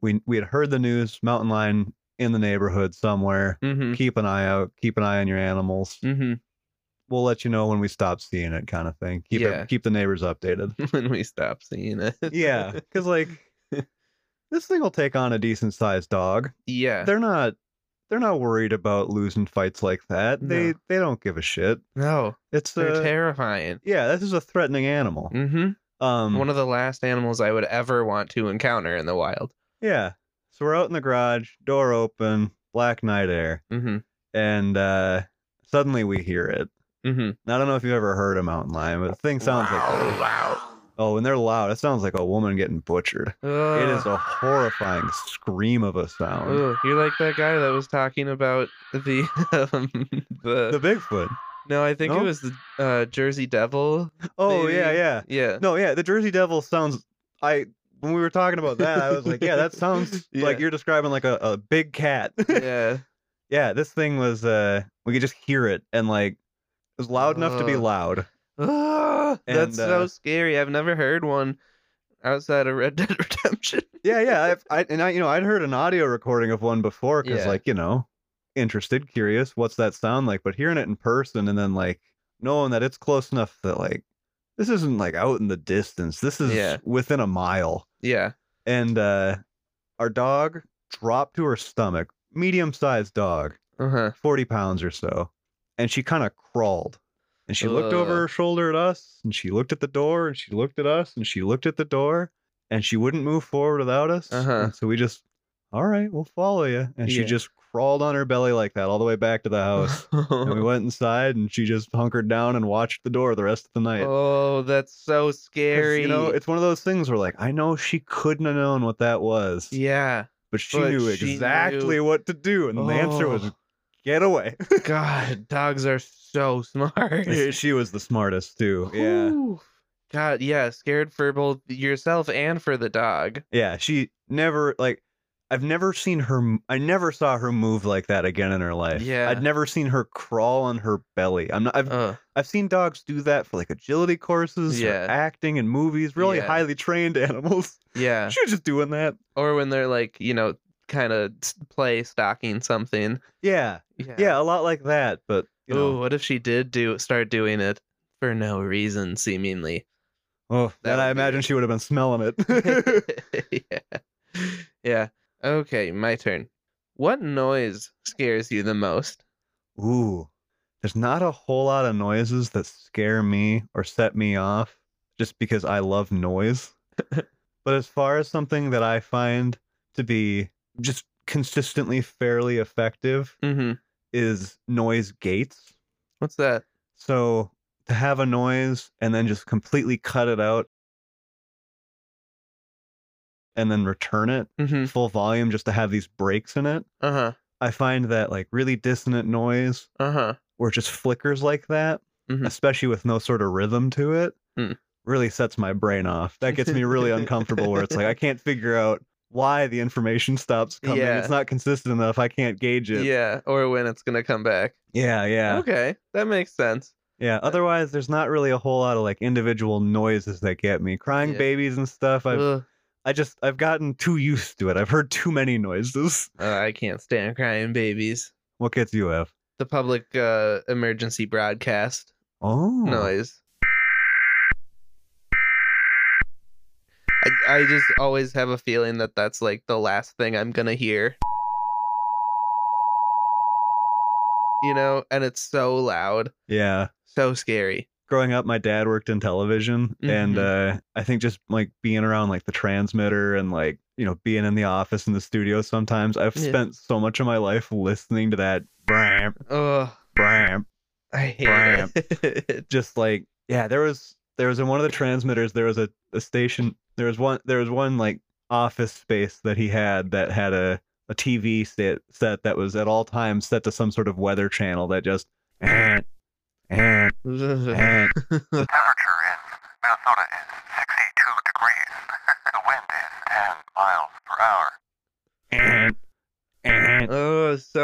[SPEAKER 2] we we had heard the news: mountain lion in the neighborhood somewhere.
[SPEAKER 1] Mm-hmm.
[SPEAKER 2] Keep an eye out. Keep an eye on your animals.
[SPEAKER 1] Mm-hmm.
[SPEAKER 2] we'll let you know when we stop seeing it, kind of thing. Keep
[SPEAKER 1] Yeah.
[SPEAKER 2] it, keep the neighbors updated.
[SPEAKER 1] when we stop seeing it.
[SPEAKER 2] yeah, because like this thing will take on a decent sized dog.
[SPEAKER 1] yeah.
[SPEAKER 2] They're not they're not worried about losing fights like that. They
[SPEAKER 1] No.
[SPEAKER 2] they don't give a shit.
[SPEAKER 1] No,
[SPEAKER 2] It's uh,
[SPEAKER 1] they're
[SPEAKER 2] a,
[SPEAKER 1] terrifying.
[SPEAKER 2] yeah, this is a threatening animal.
[SPEAKER 1] hmm
[SPEAKER 2] Um,
[SPEAKER 1] One of the last animals I would ever want to encounter in the wild.
[SPEAKER 2] yeah. So we're out in the garage, door open, black night air,
[SPEAKER 1] hmm
[SPEAKER 2] and uh, suddenly we hear it.
[SPEAKER 1] hmm
[SPEAKER 2] And I don't know if you've ever heard a mountain lion, but the thing Mm-hmm. sounds like that. Oh, and they're loud. It sounds like a woman getting butchered. It is a horrifying scream of a sound.
[SPEAKER 1] Ooh, you're like that guy that was talking about the um, the,
[SPEAKER 2] The Bigfoot.
[SPEAKER 1] no, I think
[SPEAKER 2] no?
[SPEAKER 1] it was the uh, Jersey Devil.
[SPEAKER 2] Oh
[SPEAKER 1] maybe?
[SPEAKER 2] yeah, yeah.
[SPEAKER 1] Yeah,
[SPEAKER 2] No, yeah. The Jersey Devil sounds. I when we were talking about that, I was like, yeah, that sounds
[SPEAKER 1] Yeah.
[SPEAKER 2] like you're describing like a, a big cat.
[SPEAKER 1] yeah.
[SPEAKER 2] yeah, this thing was. uh We could just hear it and like it was loud enough to be
[SPEAKER 1] Ugh.
[SPEAKER 2] loud.
[SPEAKER 1] Ah, that's
[SPEAKER 2] And,
[SPEAKER 1] so
[SPEAKER 2] uh,
[SPEAKER 1] scary. I've never heard one outside of Red Dead Redemption.
[SPEAKER 2] Yeah, yeah. I, I and I, you know, I'd heard an audio recording of one before because
[SPEAKER 1] Yeah.
[SPEAKER 2] like you know, interested, curious, what's that sound like? But hearing it in person and then like knowing that it's close enough that like this isn't like out in the distance. This is
[SPEAKER 1] Yeah.
[SPEAKER 2] within a mile.
[SPEAKER 1] Yeah.
[SPEAKER 2] and uh, our dog dropped to her stomach, medium sized dog,
[SPEAKER 1] Uh huh.
[SPEAKER 2] 40 pounds or so. And she kind of crawled. And she looked
[SPEAKER 1] Ugh.
[SPEAKER 2] over her shoulder at us, and she looked at the door, and she looked at us, and she looked at the door, and she wouldn't move forward without us.
[SPEAKER 1] Uh-huh.
[SPEAKER 2] And so we just, all right, we'll follow you. And she
[SPEAKER 1] Yeah.
[SPEAKER 2] just crawled on her belly like that all the way back to the house. and we went inside, and she just hunkered down and watched the door the rest of the night.
[SPEAKER 1] oh,
[SPEAKER 2] 'Cause,
[SPEAKER 1] that's so scary.
[SPEAKER 2] You know, it's one of those things where, like, I know she couldn't have known what that was
[SPEAKER 1] yeah.
[SPEAKER 2] but she
[SPEAKER 1] But
[SPEAKER 2] knew
[SPEAKER 1] she knew-
[SPEAKER 2] exactly what to do, and the answer was
[SPEAKER 1] Oh,
[SPEAKER 2] get away.
[SPEAKER 1] God, dogs are so smart.
[SPEAKER 2] she was the smartest too. Yeah,
[SPEAKER 1] Whew. God, yeah, scared for both yourself and for the dog.
[SPEAKER 2] yeah. She never like I've never seen her. m- I never saw her move like that again in her life.
[SPEAKER 1] Yeah. Uh.
[SPEAKER 2] I'd never seen her crawl on her belly. I'm not. I've
[SPEAKER 1] Ugh.
[SPEAKER 2] I've seen dogs do that for like agility courses, or
[SPEAKER 1] Yeah.
[SPEAKER 2] acting in movies. Really
[SPEAKER 1] Yeah.
[SPEAKER 2] highly trained animals.
[SPEAKER 1] yeah.
[SPEAKER 2] She was just doing that.
[SPEAKER 1] Or when they're like, you know, kind of play stalking something.
[SPEAKER 2] Yeah,
[SPEAKER 1] Yeah.
[SPEAKER 2] yeah, a lot like that. But you
[SPEAKER 1] Ooh,
[SPEAKER 2] know,
[SPEAKER 1] what if she did do start doing it for no reason, seemingly?
[SPEAKER 2] oh,
[SPEAKER 1] that
[SPEAKER 2] then I
[SPEAKER 1] would be
[SPEAKER 2] imagine
[SPEAKER 1] it.
[SPEAKER 2] she would have been smelling
[SPEAKER 1] yeah.
[SPEAKER 2] it.
[SPEAKER 1] Yeah. Okay, my turn. What noise scares you the most?
[SPEAKER 2] Ooh, there's not a whole lot of noises that scare me or set me off just because I love noise. but as far as something that I find to be just consistently fairly effective
[SPEAKER 1] Mm-hmm.
[SPEAKER 2] is noise gates.
[SPEAKER 1] What's that?
[SPEAKER 2] So to have a noise and then just completely cut it out and then return it
[SPEAKER 1] Mm-hmm.
[SPEAKER 2] full volume just to have these breaks in it.
[SPEAKER 1] Uh huh.
[SPEAKER 2] I find that like really dissonant noise
[SPEAKER 1] Uh huh.
[SPEAKER 2] where it just flickers like that,
[SPEAKER 1] Mhm.
[SPEAKER 2] especially with no sort of rhythm to it,
[SPEAKER 1] Mm.
[SPEAKER 2] really sets my brain off. That gets me really uncomfortable where it's like I can't figure out why the information stops coming.
[SPEAKER 1] Yeah.
[SPEAKER 2] It's not consistent enough. I can't gauge it.
[SPEAKER 1] Yeah. Oh, Or when it's gonna come back.
[SPEAKER 2] yeah, yeah.
[SPEAKER 1] Okay, that makes sense.
[SPEAKER 2] yeah. Otherwise, there's not really a whole lot of like individual noises that get me. Crying
[SPEAKER 1] Yeah.
[SPEAKER 2] babies and stuff. I've
[SPEAKER 1] Ugh.
[SPEAKER 2] I just I've gotten too used to it. I've heard too many noises.
[SPEAKER 1] Uh, I can't stand crying babies.
[SPEAKER 2] What gets you F?
[SPEAKER 1] The public uh, emergency broadcast
[SPEAKER 2] Oh,
[SPEAKER 1] noise. I, I just always have a feeling that that's like the last thing I'm gonna hear. You know, and it's so loud,
[SPEAKER 2] yeah.
[SPEAKER 1] so scary.
[SPEAKER 2] growing up my dad worked in television and uh, i think just like being around like the transmitter and like you know being in the office in the studio sometimes i've
[SPEAKER 1] Yeah.
[SPEAKER 2] spent so much of my life listening to that bramp
[SPEAKER 1] Ugh,
[SPEAKER 2] bramp
[SPEAKER 1] I hate
[SPEAKER 2] Bram.
[SPEAKER 1] it.
[SPEAKER 2] just like yeah there was there was in one of the transmitters there was a, a station there was one there was one like office space that he had that had a a tv set set that was at all times set to some sort of weather channel that just and and and
[SPEAKER 3] The temperature in Minnesota is 62 degrees. the wind is 10 miles per hour.
[SPEAKER 2] and and
[SPEAKER 1] oh, so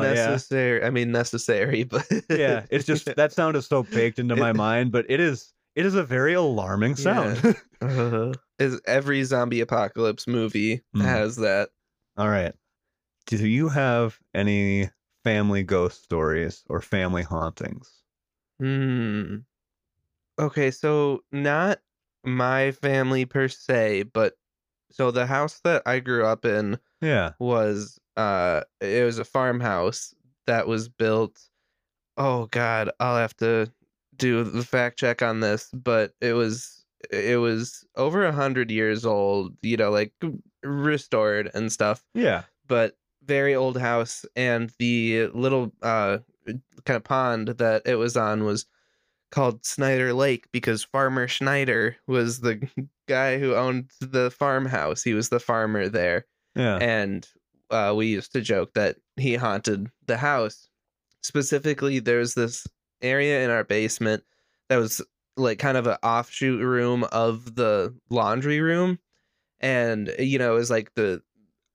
[SPEAKER 1] unnecessary. I mean, necessary, but
[SPEAKER 2] Oh, yeah it's just that sound is so baked into my mind but it is it is a very alarming sound
[SPEAKER 1] Uh, is every zombie apocalypse movie
[SPEAKER 2] Mm.
[SPEAKER 1] has that?
[SPEAKER 2] all right do you have any family ghost stories or family hauntings
[SPEAKER 1] Hmm. Okay, so not my family per se, but so the house that I grew up in
[SPEAKER 2] Yeah.
[SPEAKER 1] was uh it was a farmhouse that was built oh god i'll have to do the fact check on this but it was it was over a hundred years old you know like restored and stuff
[SPEAKER 2] Yeah.
[SPEAKER 1] but very old house and the little uh kind of pond that it was on was called Snyder Lake because farmer Schneider was the guy who owned the farmhouse he was the farmer there
[SPEAKER 2] Yeah.
[SPEAKER 1] and uh, we used to joke that he haunted the house. Specifically, there's this area in our basement that was like kind of an offshoot room of the laundry room, and you know, it was like the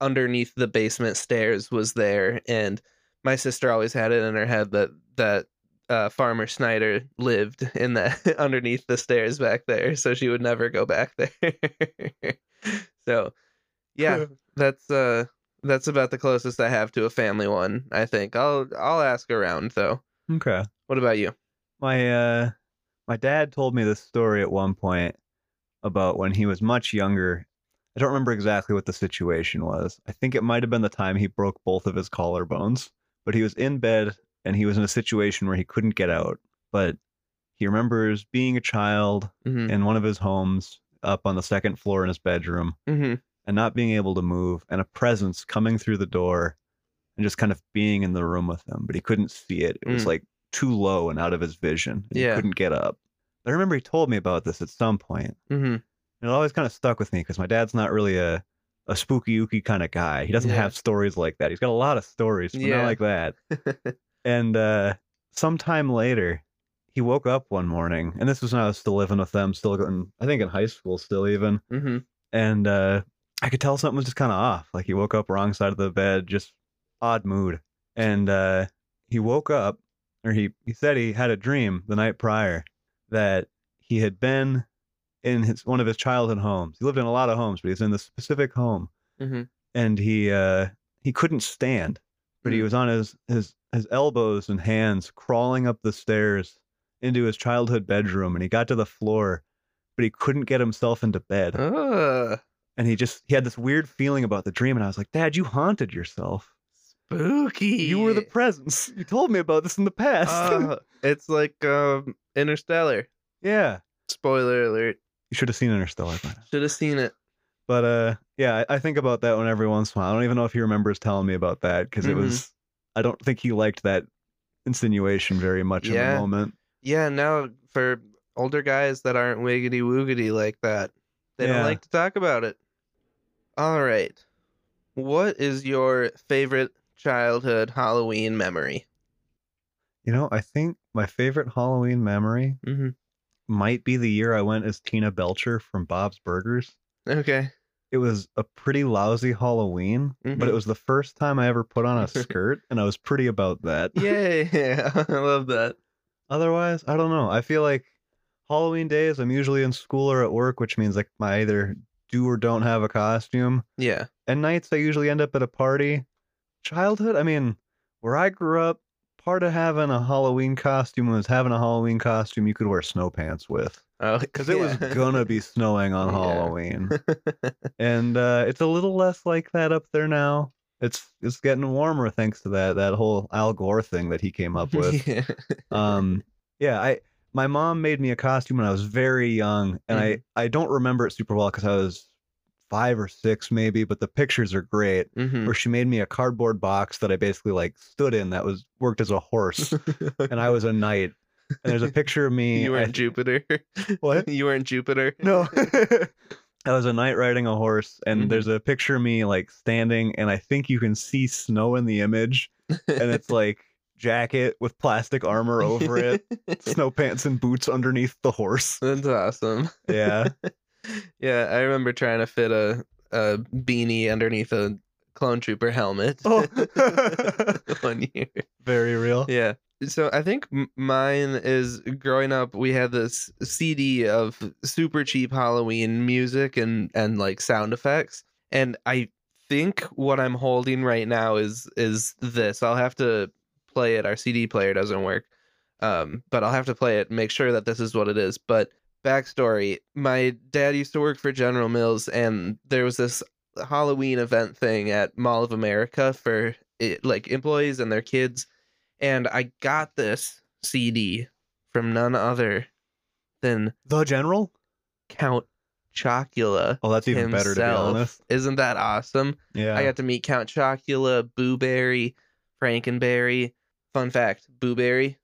[SPEAKER 1] underneath the basement stairs was there, and my sister always had it in her head that that uh, Farmer Snyder lived in that underneath the stairs back there, so she would never go back there. so, yeah, that's uh that's about the closest I have to a family one, I think. I'll I'll ask around though.
[SPEAKER 2] Okay.
[SPEAKER 1] What about you?
[SPEAKER 2] my uh my dad told me this story at one point about when he was much younger i don't remember exactly what the situation was i think it might have been the time he broke both of his collarbones but he was in bed and he was in a situation where he couldn't get out but he remembers being a child
[SPEAKER 1] Mm-hmm.
[SPEAKER 2] in one of his homes up on the second floor in his bedroom
[SPEAKER 1] Mm-hmm.
[SPEAKER 2] and not being able to move and a presence coming through the door and just kind of being in the room with him but he couldn't see it it was
[SPEAKER 1] Mm.
[SPEAKER 2] like too low and out of his vision and
[SPEAKER 1] Yeah.
[SPEAKER 2] he couldn't get up i remember he told me about this at some point
[SPEAKER 1] Mm-hmm.
[SPEAKER 2] and it always kind of stuck with me because my dad's not really a a spooky ooky kind of guy he doesn't
[SPEAKER 1] Yeah.
[SPEAKER 2] have stories like that he's got a lot of stories but
[SPEAKER 1] Yeah.
[SPEAKER 2] not like that and uh sometime later he woke up one morning and this was when i was still living with them still in, i think in high school still even
[SPEAKER 1] mm-hmm.
[SPEAKER 2] and uh, I could tell something was just kind of off. Like he woke up wrong side of the bed, just odd mood. And uh, he woke up, or he he said he had a dream the night prior that he had been in his one of his childhood homes. He lived in a lot of homes, but he was in this specific home,
[SPEAKER 1] Mhm.
[SPEAKER 2] and he uh, he couldn't stand, but he
[SPEAKER 1] Mm.
[SPEAKER 2] was on his his his elbows and hands crawling up the stairs into his childhood bedroom, and he got to the floor, but he couldn't get himself into bed
[SPEAKER 1] Uh,
[SPEAKER 2] and he just he had this weird feeling about the dream and i was like dad you haunted yourself
[SPEAKER 1] spooky.
[SPEAKER 2] you were the presence you told me about this in the past
[SPEAKER 1] Uh, it's like um Interstellar.
[SPEAKER 2] yeah
[SPEAKER 1] Spoiler alert.
[SPEAKER 2] you should have seen interstellar by now.
[SPEAKER 1] Should have seen it.
[SPEAKER 2] but uh yeah I, I think about that one every once in a while i don't even know if he remembers telling me about that because
[SPEAKER 1] Mhm.
[SPEAKER 2] it was i don't think he liked that insinuation very much in
[SPEAKER 1] Yeah.
[SPEAKER 2] the moment
[SPEAKER 1] Yeah, now for older guys that aren't wiggity woogity like that, they don't
[SPEAKER 2] Yeah.
[SPEAKER 1] like to talk about it. All right. What is your favorite childhood Halloween memory?
[SPEAKER 2] you know i think my favorite halloween memory
[SPEAKER 1] Mhm.
[SPEAKER 2] might be the year i went as tina belcher from bob's burgers
[SPEAKER 1] Okay.
[SPEAKER 2] it was a pretty lousy Halloween,
[SPEAKER 1] Mhm.
[SPEAKER 2] but it was the first time I ever put on a skirt, and I was pretty about that.
[SPEAKER 1] Yeah, I love that.
[SPEAKER 2] Otherwise, I don't know. I feel like Halloween days, I'm usually in school or at work, which means like I either do or don't have a costume.
[SPEAKER 1] Yeah.
[SPEAKER 2] And nights, I usually end up at a party. Childhood, I mean, where I grew up, part of having a Halloween costume was having a Halloween costume you could wear snow pants with
[SPEAKER 1] Oh,
[SPEAKER 2] because Uh, it was
[SPEAKER 1] yeah.
[SPEAKER 2] gonna be snowing on
[SPEAKER 1] Yeah.
[SPEAKER 2] Halloween, and uh, it's a little less like that up there now. It's it's getting warmer thanks to that that whole Al Gore thing that he came up with.
[SPEAKER 1] yeah.
[SPEAKER 2] um, yeah, I my mom made me a costume when I was very young, and
[SPEAKER 1] Mm-hmm.
[SPEAKER 2] I I don't remember it super well because I was five or six maybe, but the pictures are great.
[SPEAKER 1] Mhm.
[SPEAKER 2] Where she made me a cardboard box that I basically like stood in that was worked as a horse, and I was a knight. And there's a picture of me.
[SPEAKER 1] you
[SPEAKER 2] I
[SPEAKER 1] weren't Jupiter.
[SPEAKER 2] What?
[SPEAKER 1] You weren't Jupiter.
[SPEAKER 2] No. I was a knight riding a horse, and
[SPEAKER 1] Mhm.
[SPEAKER 2] there's a picture of me like standing, and I think you can see snow in the image, and it's like jacket with plastic armor over it, snow pants and boots underneath the horse.
[SPEAKER 1] That's awesome.
[SPEAKER 2] Yeah.
[SPEAKER 1] Yeah, I remember trying to fit a a beanie underneath a clone trooper helmet.
[SPEAKER 2] Oh.
[SPEAKER 1] One year.
[SPEAKER 2] Very real.
[SPEAKER 1] Yeah. So I think m- mine is growing up. We had this CD of super cheap Halloween music and and like sound effects, and I think what I'm holding right now is is this. I'll have to play it. Our CD player doesn't work, Um, but I'll have to play it and make sure that this is what it is. But backstory my dad used to work for General Mills, and there was this Halloween event thing at Mall of America for it, like employees and their kids. And I got this CD from none other than
[SPEAKER 2] The General?
[SPEAKER 1] Count Chocula.
[SPEAKER 2] Oh, that's even better to be
[SPEAKER 1] Himself.
[SPEAKER 2] honest.
[SPEAKER 1] Isn't that awesome?
[SPEAKER 2] Yeah.
[SPEAKER 1] I got to meet Count Chocula, Boo Berry, Frankenberry. Fun fact: Boo Berry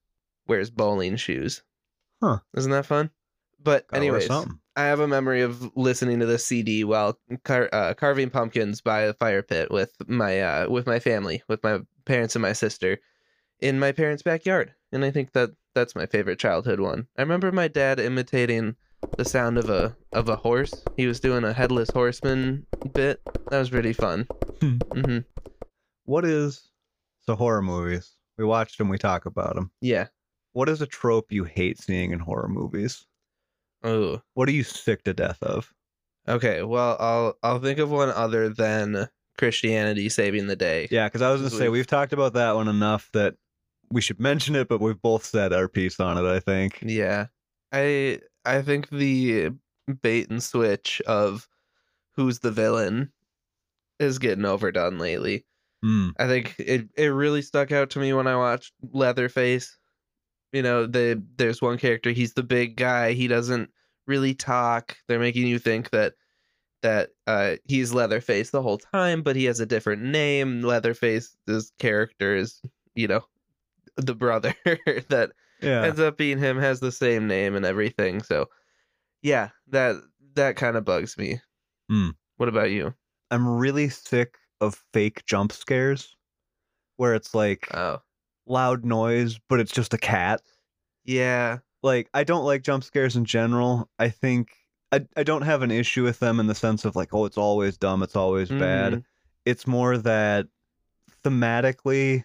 [SPEAKER 1] wears bowling shoes.
[SPEAKER 2] Huh.
[SPEAKER 1] Isn't that fun? But
[SPEAKER 2] Gotta wear
[SPEAKER 1] anyways,
[SPEAKER 2] something.
[SPEAKER 1] I have a memory of listening to this CD while car- uh, carving pumpkins by a fire pit with my uh, with my family, with my parents and my sister, in my parents' backyard. And I think that that's my favorite childhood one. I remember my dad imitating the sound of a of a horse. He was doing a headless horseman bit. That was pretty fun.
[SPEAKER 2] Hmm.
[SPEAKER 1] hmm
[SPEAKER 2] What is so horror movies? We watched them. We talk about them.
[SPEAKER 1] Yeah.
[SPEAKER 2] What is a trope you hate seeing in horror movies?
[SPEAKER 1] Oh.
[SPEAKER 2] What are you sick to death of?
[SPEAKER 1] Okay. Well, I'll I'll think of one other than Christianity saving the day.
[SPEAKER 2] Yeah, because I was gonna say
[SPEAKER 1] We've-
[SPEAKER 2] we've talked about that one enough that we should mention it, but we've both said our piece on it. I think.
[SPEAKER 1] Yeah. I I think the bait and switch of who's the villain is getting overdone lately.
[SPEAKER 2] Hmm.
[SPEAKER 1] I think it, it really stuck out to me when I watched Leatherface. You know, they, there's one character, he's the big guy, he doesn't really talk. They're making you think that that uh, he's Leatherface the whole time, but he has a different name. Leatherface's character is, you know, the brother that
[SPEAKER 2] Yeah.
[SPEAKER 1] ends up being him has the same name and everything so yeah that that kind of bugs me
[SPEAKER 2] Hmm.
[SPEAKER 1] what about you
[SPEAKER 2] I'm really sick of fake jump scares, where it's like
[SPEAKER 1] oh
[SPEAKER 2] loud noise, but it's just a cat.
[SPEAKER 1] yeah
[SPEAKER 2] like I don't like jump scares in general. I think I I don't have an issue with them in the sense of like, oh, it's always dumb, it's always bad. It's more that thematically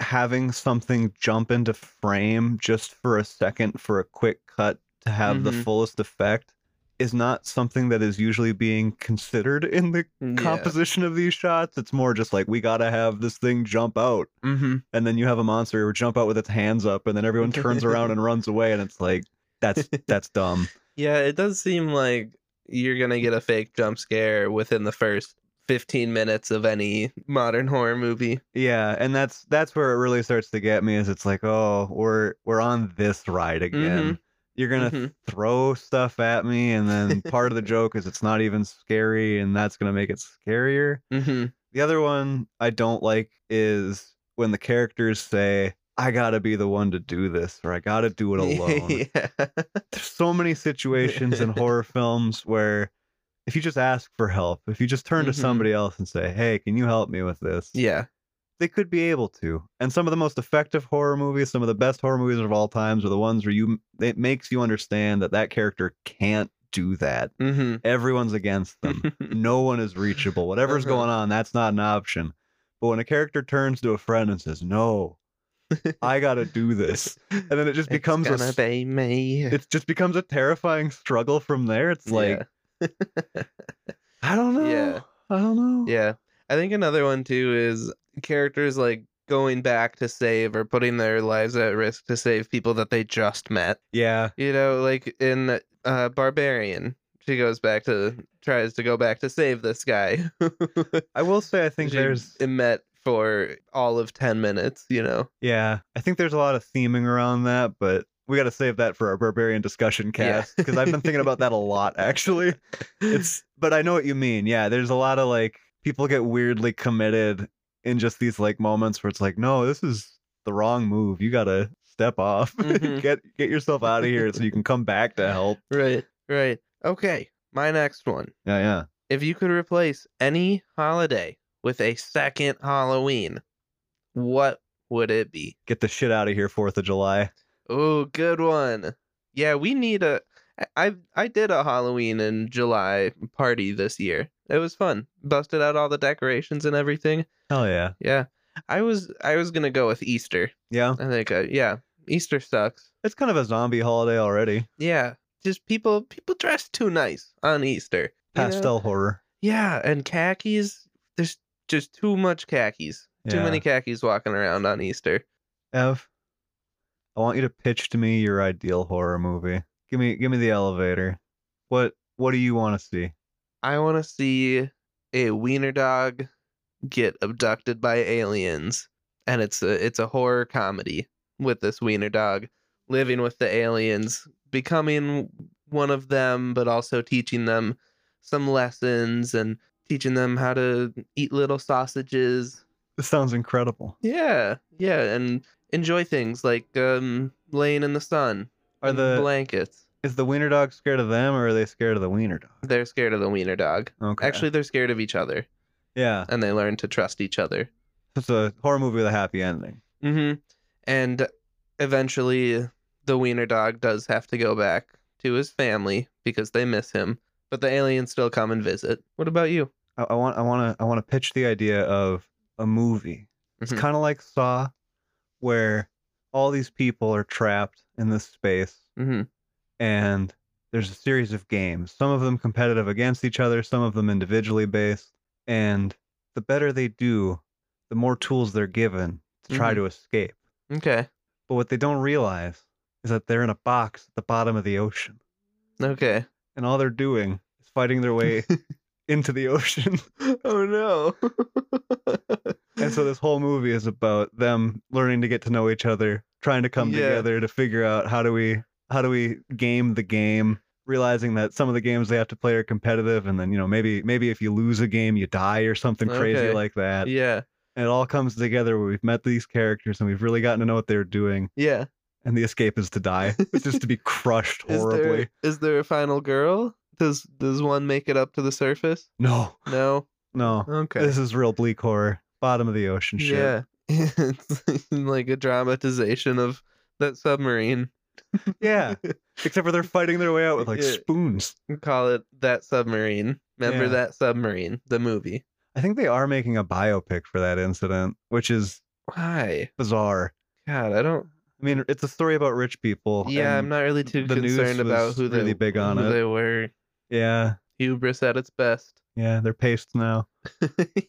[SPEAKER 2] having something jump into frame just for a second for a quick cut to have the
[SPEAKER 1] Mhm.
[SPEAKER 2] fullest effect is not something that is usually being considered in the
[SPEAKER 1] Mhm. yeah.
[SPEAKER 2] composition of these shots. It's more just like we got to have this thing jump out
[SPEAKER 1] Mhm.
[SPEAKER 2] and then you have a monster who jump out with its hands up and then everyone turns around and runs away and it's like that's that's dumb
[SPEAKER 1] yeah it does seem like you're gonna get a fake jump scare within the first 15 minutes of any modern horror movie
[SPEAKER 2] yeah and that's that's where it really starts to get me is it's like oh we're we're on this ride again you're gonna
[SPEAKER 1] Mhm.
[SPEAKER 2] throw stuff at me and then part of the joke is it's not even scary and that's gonna make it scarier
[SPEAKER 1] Mhm.
[SPEAKER 2] the other one i don't like is when the characters say i gotta be the one to do this or i gotta do
[SPEAKER 1] Mm-hmm.
[SPEAKER 2] it alone
[SPEAKER 1] yeah
[SPEAKER 2] there's so many situations in horror films where if you just ask for help, if you just turn
[SPEAKER 1] Mhm.
[SPEAKER 2] to somebody else and say, "Hey, can you help me with this?"
[SPEAKER 1] yeah
[SPEAKER 2] they could be able to. And some of the most effective horror movies, some of the best horror movies of all times, are the ones where you it makes you understand that that character can't do that.
[SPEAKER 1] Mhm.
[SPEAKER 2] Everyone's against them. no one is reachable. Whatever's
[SPEAKER 1] Uh-huh.
[SPEAKER 2] going on, that's not an option. But when a character turns to a friend and says, "No, I got to do this," and then it just
[SPEAKER 1] It's
[SPEAKER 2] becomes a
[SPEAKER 1] gonna be me
[SPEAKER 2] it just becomes a terrifying struggle from there. It's like
[SPEAKER 1] Yeah.
[SPEAKER 2] I don't know.
[SPEAKER 1] Yeah.
[SPEAKER 2] I don't know.
[SPEAKER 1] Yeah. I think another one too is characters like going back to save or putting their lives at risk to save people that they just met.
[SPEAKER 2] Yeah.
[SPEAKER 1] You know, like in uh Barbarian, she goes back to tries to go back to save this guy. I
[SPEAKER 2] I will say I think there's
[SPEAKER 1] met for all of 10 minutes, you know.
[SPEAKER 2] yeah, I think there's a lot of theming around that, but we got to save that for our barbarian discussion
[SPEAKER 1] Yeah.
[SPEAKER 2] cast because I've been thinking about that a lot actually. It's but I know what you mean. Yeah, there's a lot of like people get weirdly committed in just these like moments where it's like, "No, this is the wrong move. You got to step off.
[SPEAKER 1] Mhm.
[SPEAKER 2] get get yourself out of here so you can come back to help."
[SPEAKER 1] right. Right. Okay. My next one.
[SPEAKER 2] Yeah, yeah.
[SPEAKER 1] If you could replace any holiday with a second Halloween, what would it be?
[SPEAKER 2] Get the shit out of here 4th of July.
[SPEAKER 1] Oh, good one. Yeah, we need a. I- I I did a Halloween in July party this year. It was fun. Busted out all the decorations and everything.
[SPEAKER 2] Hell yeah.
[SPEAKER 1] Yeah, I was I was gonna go with Easter.
[SPEAKER 2] Yeah.
[SPEAKER 1] I think. Uh, yeah, Easter sucks.
[SPEAKER 2] It's kind of a zombie holiday already.
[SPEAKER 1] Yeah, just people people dress too nice on Easter. you know?
[SPEAKER 2] Pastel horror.
[SPEAKER 1] Yeah, and khakis. There's just too much khakis. Too many khakis walking around on Easter.
[SPEAKER 2] Ev. I want you to pitch to me your ideal horror movie. Give me give me the elevator. What what do you want to see?
[SPEAKER 1] I want to see a wiener dog get abducted by aliens, and it's a it's a horror comedy with this wiener dog living with the aliens, becoming one of them, but also teaching them some lessons and teaching them how to eat little sausages.
[SPEAKER 2] This sounds incredible.
[SPEAKER 1] Yeah, yeah, and enjoy things like um, laying in the sun,
[SPEAKER 2] Are
[SPEAKER 1] in
[SPEAKER 2] the
[SPEAKER 1] blankets.
[SPEAKER 2] is the wiener dog scared of them or are they scared of the wiener dog?
[SPEAKER 1] They're scared of the wiener dog.
[SPEAKER 2] Okay.
[SPEAKER 1] Actually, they're scared of each other,
[SPEAKER 2] yeah.
[SPEAKER 1] and they learn to trust each other.
[SPEAKER 2] It's a horror movie with a happy ending.
[SPEAKER 1] hmm And eventually, the wiener dog does have to go back to his family because they miss him. But the aliens still come and visit. What about you?
[SPEAKER 2] I, I want I want to I want to pitch the idea of a movie. It's
[SPEAKER 1] Mhm.
[SPEAKER 2] kind of like Saw, where all these people are trapped in this space,
[SPEAKER 1] hmm
[SPEAKER 2] and there's a series of games. Some of them competitive against each other, some of them individually based. And the better they do, the more tools they're given to try
[SPEAKER 1] Mhm.
[SPEAKER 2] to escape.
[SPEAKER 1] Okay.
[SPEAKER 2] But what they don't realize is that they're in a box at the bottom of the ocean,
[SPEAKER 1] Okay.
[SPEAKER 2] and all they're doing is fighting their way into the ocean.
[SPEAKER 1] Oh no.
[SPEAKER 2] And so this whole movie is about them learning to get to know each other, trying to come
[SPEAKER 1] Yeah.
[SPEAKER 2] together to figure out how do we how do we game the game, realizing that some of the games they have to play are competitive and then, you know, maybe maybe if you lose a game you die or something crazy
[SPEAKER 1] Okay.
[SPEAKER 2] like that.
[SPEAKER 1] yeah.
[SPEAKER 2] And it all comes together where we've met these characters and we've really gotten to know what they're doing
[SPEAKER 1] Yeah.
[SPEAKER 2] and the escape is to die. It's just to be crushed
[SPEAKER 1] Is
[SPEAKER 2] horribly.
[SPEAKER 1] there is there a final girl? Does does one make it up to the surface?
[SPEAKER 2] No.
[SPEAKER 1] No.
[SPEAKER 2] No.
[SPEAKER 1] Okay.
[SPEAKER 2] This is real bleak horror. Bottom of the ocean shit.
[SPEAKER 1] Yeah. it's like a dramatization of that submarine.
[SPEAKER 2] Yeah. Except for they're fighting their way out with like
[SPEAKER 1] Yeah.
[SPEAKER 2] spoons.
[SPEAKER 1] call it that submarine. Remember
[SPEAKER 2] Yeah.
[SPEAKER 1] that submarine, the movie.
[SPEAKER 2] I think they are making a biopic for that incident, which is
[SPEAKER 1] Why?
[SPEAKER 2] bizarre.
[SPEAKER 1] God, I don't.
[SPEAKER 2] I mean, it's a story about rich people.
[SPEAKER 1] Yeah, I'm
[SPEAKER 2] and-
[SPEAKER 1] not really too
[SPEAKER 2] the news
[SPEAKER 1] concerned about
[SPEAKER 2] was
[SPEAKER 1] who they
[SPEAKER 2] really big on
[SPEAKER 1] who
[SPEAKER 2] it.
[SPEAKER 1] they were.
[SPEAKER 2] Yeah,
[SPEAKER 1] Hubris at its best.
[SPEAKER 2] yeah, they're paced now.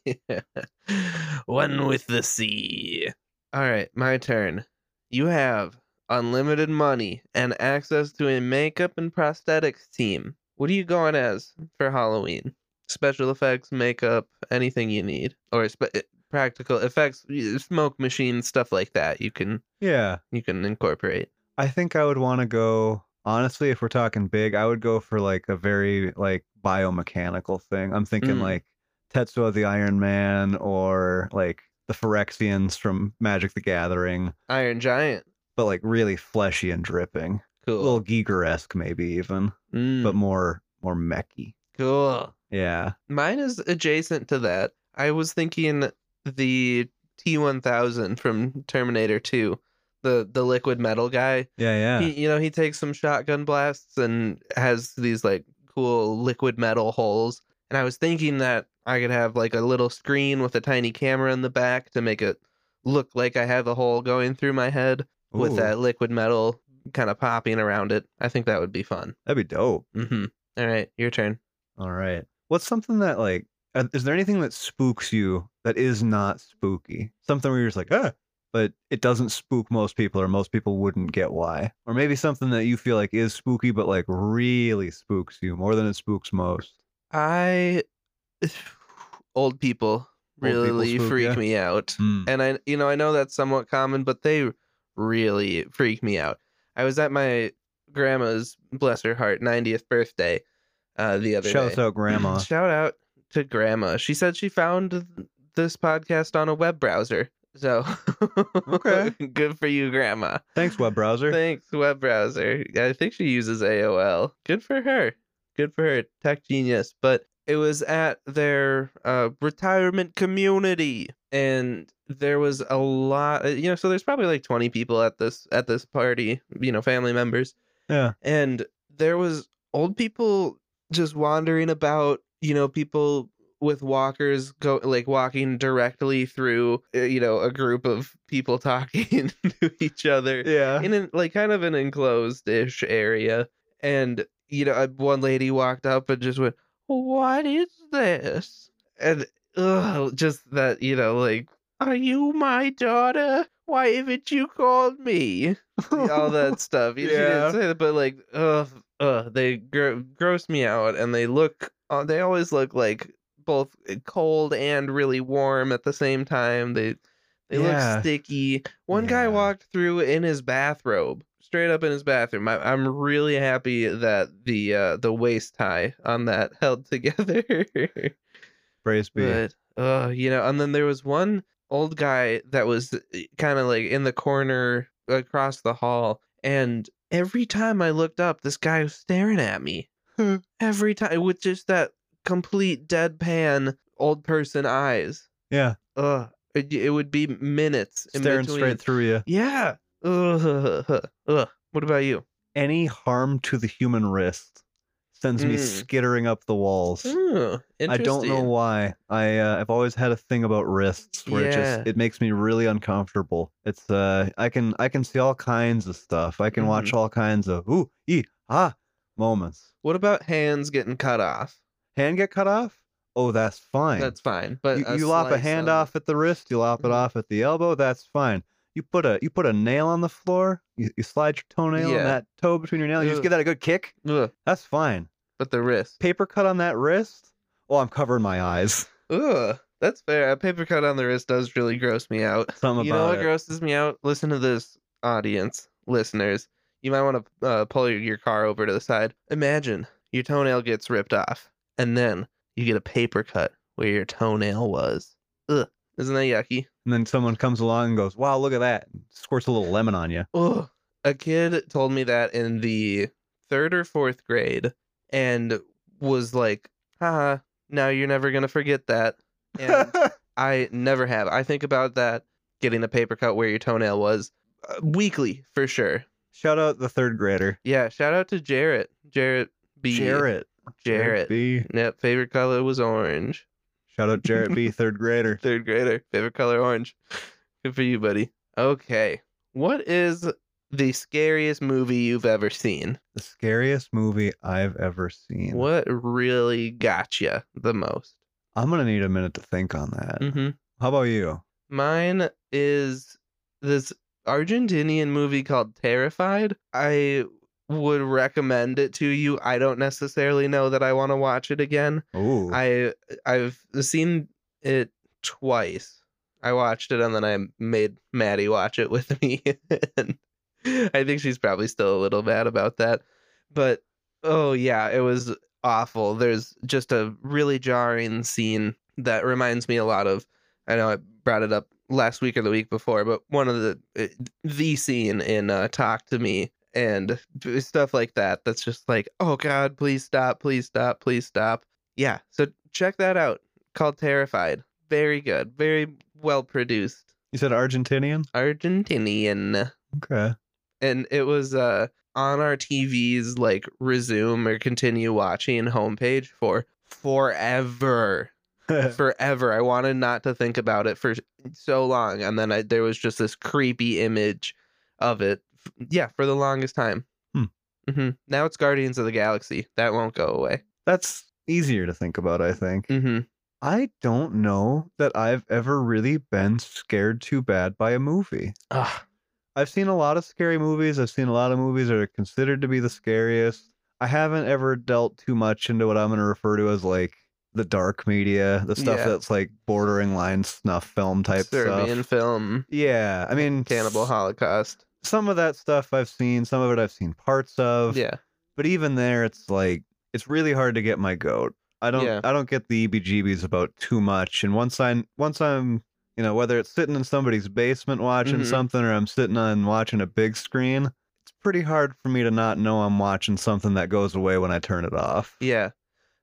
[SPEAKER 1] Yeah. One with the sea. All right, my turn. You have unlimited money and access to a makeup and prosthetics team. What are you going as for Halloween? Special effects, makeup, anything you need, or spe- eh, practical effects, y- smoke machine stuff like that. You can
[SPEAKER 2] Yeah,
[SPEAKER 1] you can incorporate.
[SPEAKER 2] I think I would want to go. Honestly, if we're talking big, I would go for like a very like biomechanical thing. I'm thinking
[SPEAKER 1] Mm.
[SPEAKER 2] like Tetsuo the Iron Man or like the Phyrexians from Magic the Gathering,
[SPEAKER 1] Iron Giant,
[SPEAKER 2] but like really fleshy and dripping. A
[SPEAKER 1] cool,
[SPEAKER 2] little Giger-esque maybe even,
[SPEAKER 1] Mm,
[SPEAKER 2] but more more mechy.
[SPEAKER 1] cool.
[SPEAKER 2] Yeah.
[SPEAKER 1] Mine is adjacent to that. I was thinking the T1000 from Terminator 2, the the liquid metal guy.
[SPEAKER 2] Yeah, yeah.
[SPEAKER 1] He, you know, he takes some shotgun blasts and has these like cool liquid metal holes. And I was thinking that I could have like a little screen with a tiny camera in the back to make it look like I have a hole going through my head with
[SPEAKER 2] Ooh,
[SPEAKER 1] that liquid metal kind of popping around it. I think that would be fun.
[SPEAKER 2] That'd be dope.
[SPEAKER 1] Mhm. All right, your turn.
[SPEAKER 2] All right. What's something that like? uh, Is there anything that spooks you that is not spooky? Something where you're just like, ah, but it doesn't spook most people, or most people wouldn't get why. Or maybe something that you feel like is spooky, but like really spooks you more than it spooks most.
[SPEAKER 1] I old people
[SPEAKER 2] people
[SPEAKER 1] really
[SPEAKER 2] spook
[SPEAKER 1] freak
[SPEAKER 2] ya?
[SPEAKER 1] me out.
[SPEAKER 2] Mm.
[SPEAKER 1] And I you know, I know that's somewhat common, but they really freak me out. I was at my grandma's bless her heart 90th birthday uh the other
[SPEAKER 2] Shouts
[SPEAKER 1] day.
[SPEAKER 2] out, Grandma.
[SPEAKER 1] Shout out to grandma. She said she found th- this podcast on a web browser. So
[SPEAKER 2] Okay.
[SPEAKER 1] good for you, grandma.
[SPEAKER 2] Thanks, web browser.
[SPEAKER 1] Thanks, web browser. I think she uses AOL. Good for her. Good for her. Tech genius. But it was at their uh, retirement community, and there was a lot. uh, You know, so there's probably like 20 people at this at this party. You know, family members,
[SPEAKER 2] yeah.
[SPEAKER 1] and there was old people just wandering about. You know, people with walkers go like walking directly through uh, you know a group of people talking to each other
[SPEAKER 2] Yeah.
[SPEAKER 1] in an, like kind of an enclosed ish area. And you know, uh, one lady walked up and just went, "What is this?" And ugh, just that you know, like, "Are you my daughter? why haven't you called me? all that stuff. You- She
[SPEAKER 2] Yeah.
[SPEAKER 1] didn't say that, but like, ugh, ugh, they gr- gross me out, and they look. Uh, they always look like both eh, cold and really warm at the same time. They they
[SPEAKER 2] Yeah.
[SPEAKER 1] look sticky. One guy
[SPEAKER 2] Yeah.
[SPEAKER 1] walked through in his bathrobe, straight up in his bathroom. I, I'm really happy that the uh, the waist tie on that held together.
[SPEAKER 2] Praise be.
[SPEAKER 1] But uh, you know, and then there was one old guy that was kind of like in the corner across the hall, and every time I looked up, this guy was staring at me.
[SPEAKER 2] Hmm.
[SPEAKER 1] every time with just that complete deadpan old person eyes.
[SPEAKER 2] yeah,
[SPEAKER 1] Ugh, it, it would be minutes in
[SPEAKER 2] staring
[SPEAKER 1] between.
[SPEAKER 2] straight through you.
[SPEAKER 1] Yeah. Ugh. Ugh. What about you?
[SPEAKER 2] Any harm to the human wrist sends me
[SPEAKER 1] Mm.
[SPEAKER 2] skittering up the walls.
[SPEAKER 1] Ooh,
[SPEAKER 2] I don't know
[SPEAKER 1] interesting.
[SPEAKER 2] why. I uh, I've always had a thing about wrists where it
[SPEAKER 1] Yeah.
[SPEAKER 2] just it makes me really uncomfortable. It's uh I can I can see all kinds of stuff. I can watch
[SPEAKER 1] Mm-hmm.
[SPEAKER 2] all kinds of ooh ee ah moments.
[SPEAKER 1] What about hands getting cut off?
[SPEAKER 2] Hand get cut off? Oh, that's fine.
[SPEAKER 1] That's uh, fine, but
[SPEAKER 2] you, you lop a
[SPEAKER 1] slice
[SPEAKER 2] hand
[SPEAKER 1] on it.
[SPEAKER 2] off at the wrist, you lop it
[SPEAKER 1] Mhm.
[SPEAKER 2] off at the elbow, that's fine. You put a you put a nail on the floor, you, you slide your toenail
[SPEAKER 1] Yeah.
[SPEAKER 2] and that toe between your nails, you just
[SPEAKER 1] Ugh.
[SPEAKER 2] give that a good kick.
[SPEAKER 1] Ugh,
[SPEAKER 2] That's fine.
[SPEAKER 1] but the wrist.
[SPEAKER 2] Paper cut on that wrist? Oh, I'm covering my eyes.
[SPEAKER 1] Ugh, that's fair. A paper cut on the wrist does really gross me out.
[SPEAKER 2] Something
[SPEAKER 1] you know
[SPEAKER 2] about
[SPEAKER 1] what
[SPEAKER 2] it.
[SPEAKER 1] grosses me out? Listen to this, audience, listeners. You might want to uh, pull your, your car over to the side. Imagine your toenail gets ripped off, and then you get a paper cut where your toenail was. Ugh, isn't that yucky?
[SPEAKER 2] And then someone comes along and goes, "Wow, look at that!" Squirts a little lemon on you.
[SPEAKER 1] Ugh. A kid told me that in the third or fourth grade and was like, haha, now you're never going to forget that. And I never have. I think about that getting a paper cut where your toenail was uh, weekly for sure.
[SPEAKER 2] Shout out the third grader,
[SPEAKER 1] Yeah, shout out to Jarrett. Jarrett B.
[SPEAKER 2] Jarrett.
[SPEAKER 1] Jarrett.
[SPEAKER 2] B.
[SPEAKER 1] Yep, favorite color was orange.
[SPEAKER 2] Shout out Jarrett B, third grader.
[SPEAKER 1] Third grader, favorite color orange. Good for you, buddy. Okay. What is the scariest movie you've ever seen?
[SPEAKER 2] The scariest movie I've ever seen.
[SPEAKER 1] What really got you the most?
[SPEAKER 2] I'm gonna need a minute to think on that.
[SPEAKER 1] Mm-hmm.
[SPEAKER 2] How about you?
[SPEAKER 1] Mine is this Argentinian movie called Terrified. I would recommend it to you. I don't necessarily know that I want to watch it again.
[SPEAKER 2] Ooh,
[SPEAKER 1] I I've seen it twice. I watched it and then I made Maddie watch it with me. and I think she's probably still a little mad about that. But oh yeah, it was awful. There's just a really jarring scene that reminds me a lot of I know I brought it up last week or the week before, but one of the it- the scene in uh, Talk to Me and uh, stuff like that that's just like, "Oh god, please stop, please stop, please stop." yeah so check that out called terrified very good very well produced
[SPEAKER 2] you said Argentinian.
[SPEAKER 1] argentinian
[SPEAKER 2] Okay.
[SPEAKER 1] and it was uh on our tv's like resume or continue watching homepage for forever forever i wanted not to think about it for so long and then I, there was just this creepy image of it f- yeah for the longest time
[SPEAKER 2] Hmm.
[SPEAKER 1] hmm now it's guardians of the galaxy that won't go away
[SPEAKER 2] That's easier to think about, I think.
[SPEAKER 1] hmm
[SPEAKER 2] I don't know that I've ever really been scared too bad by a movie.
[SPEAKER 1] Ugh.
[SPEAKER 2] I've seen a lot of scary movies. I've seen a lot of movies that are considered to be the scariest. I haven't ever dealt too much into what I'm going to refer to as like the dark media, the stuff
[SPEAKER 1] Yeah.
[SPEAKER 2] that's like bordering line snuff film type
[SPEAKER 1] serbian
[SPEAKER 2] stuff.
[SPEAKER 1] film
[SPEAKER 2] Yeah, I mean,
[SPEAKER 1] Cannibal
[SPEAKER 2] s-
[SPEAKER 1] Holocaust.
[SPEAKER 2] Some of that stuff I've seen, some of it I've seen parts of.
[SPEAKER 1] Yeah.
[SPEAKER 2] But even there, it's like it's really hard to get my goat. I don't,
[SPEAKER 1] Yeah.
[SPEAKER 2] I don't get the EBGBs about too much. And once I, once I'm, you know, whether it's sitting in somebody's basement watching
[SPEAKER 1] Mhm.
[SPEAKER 2] something or I'm sitting on watching a big screen, it's pretty hard for me to not know I'm watching something that goes away when I turn it off.
[SPEAKER 1] Yeah.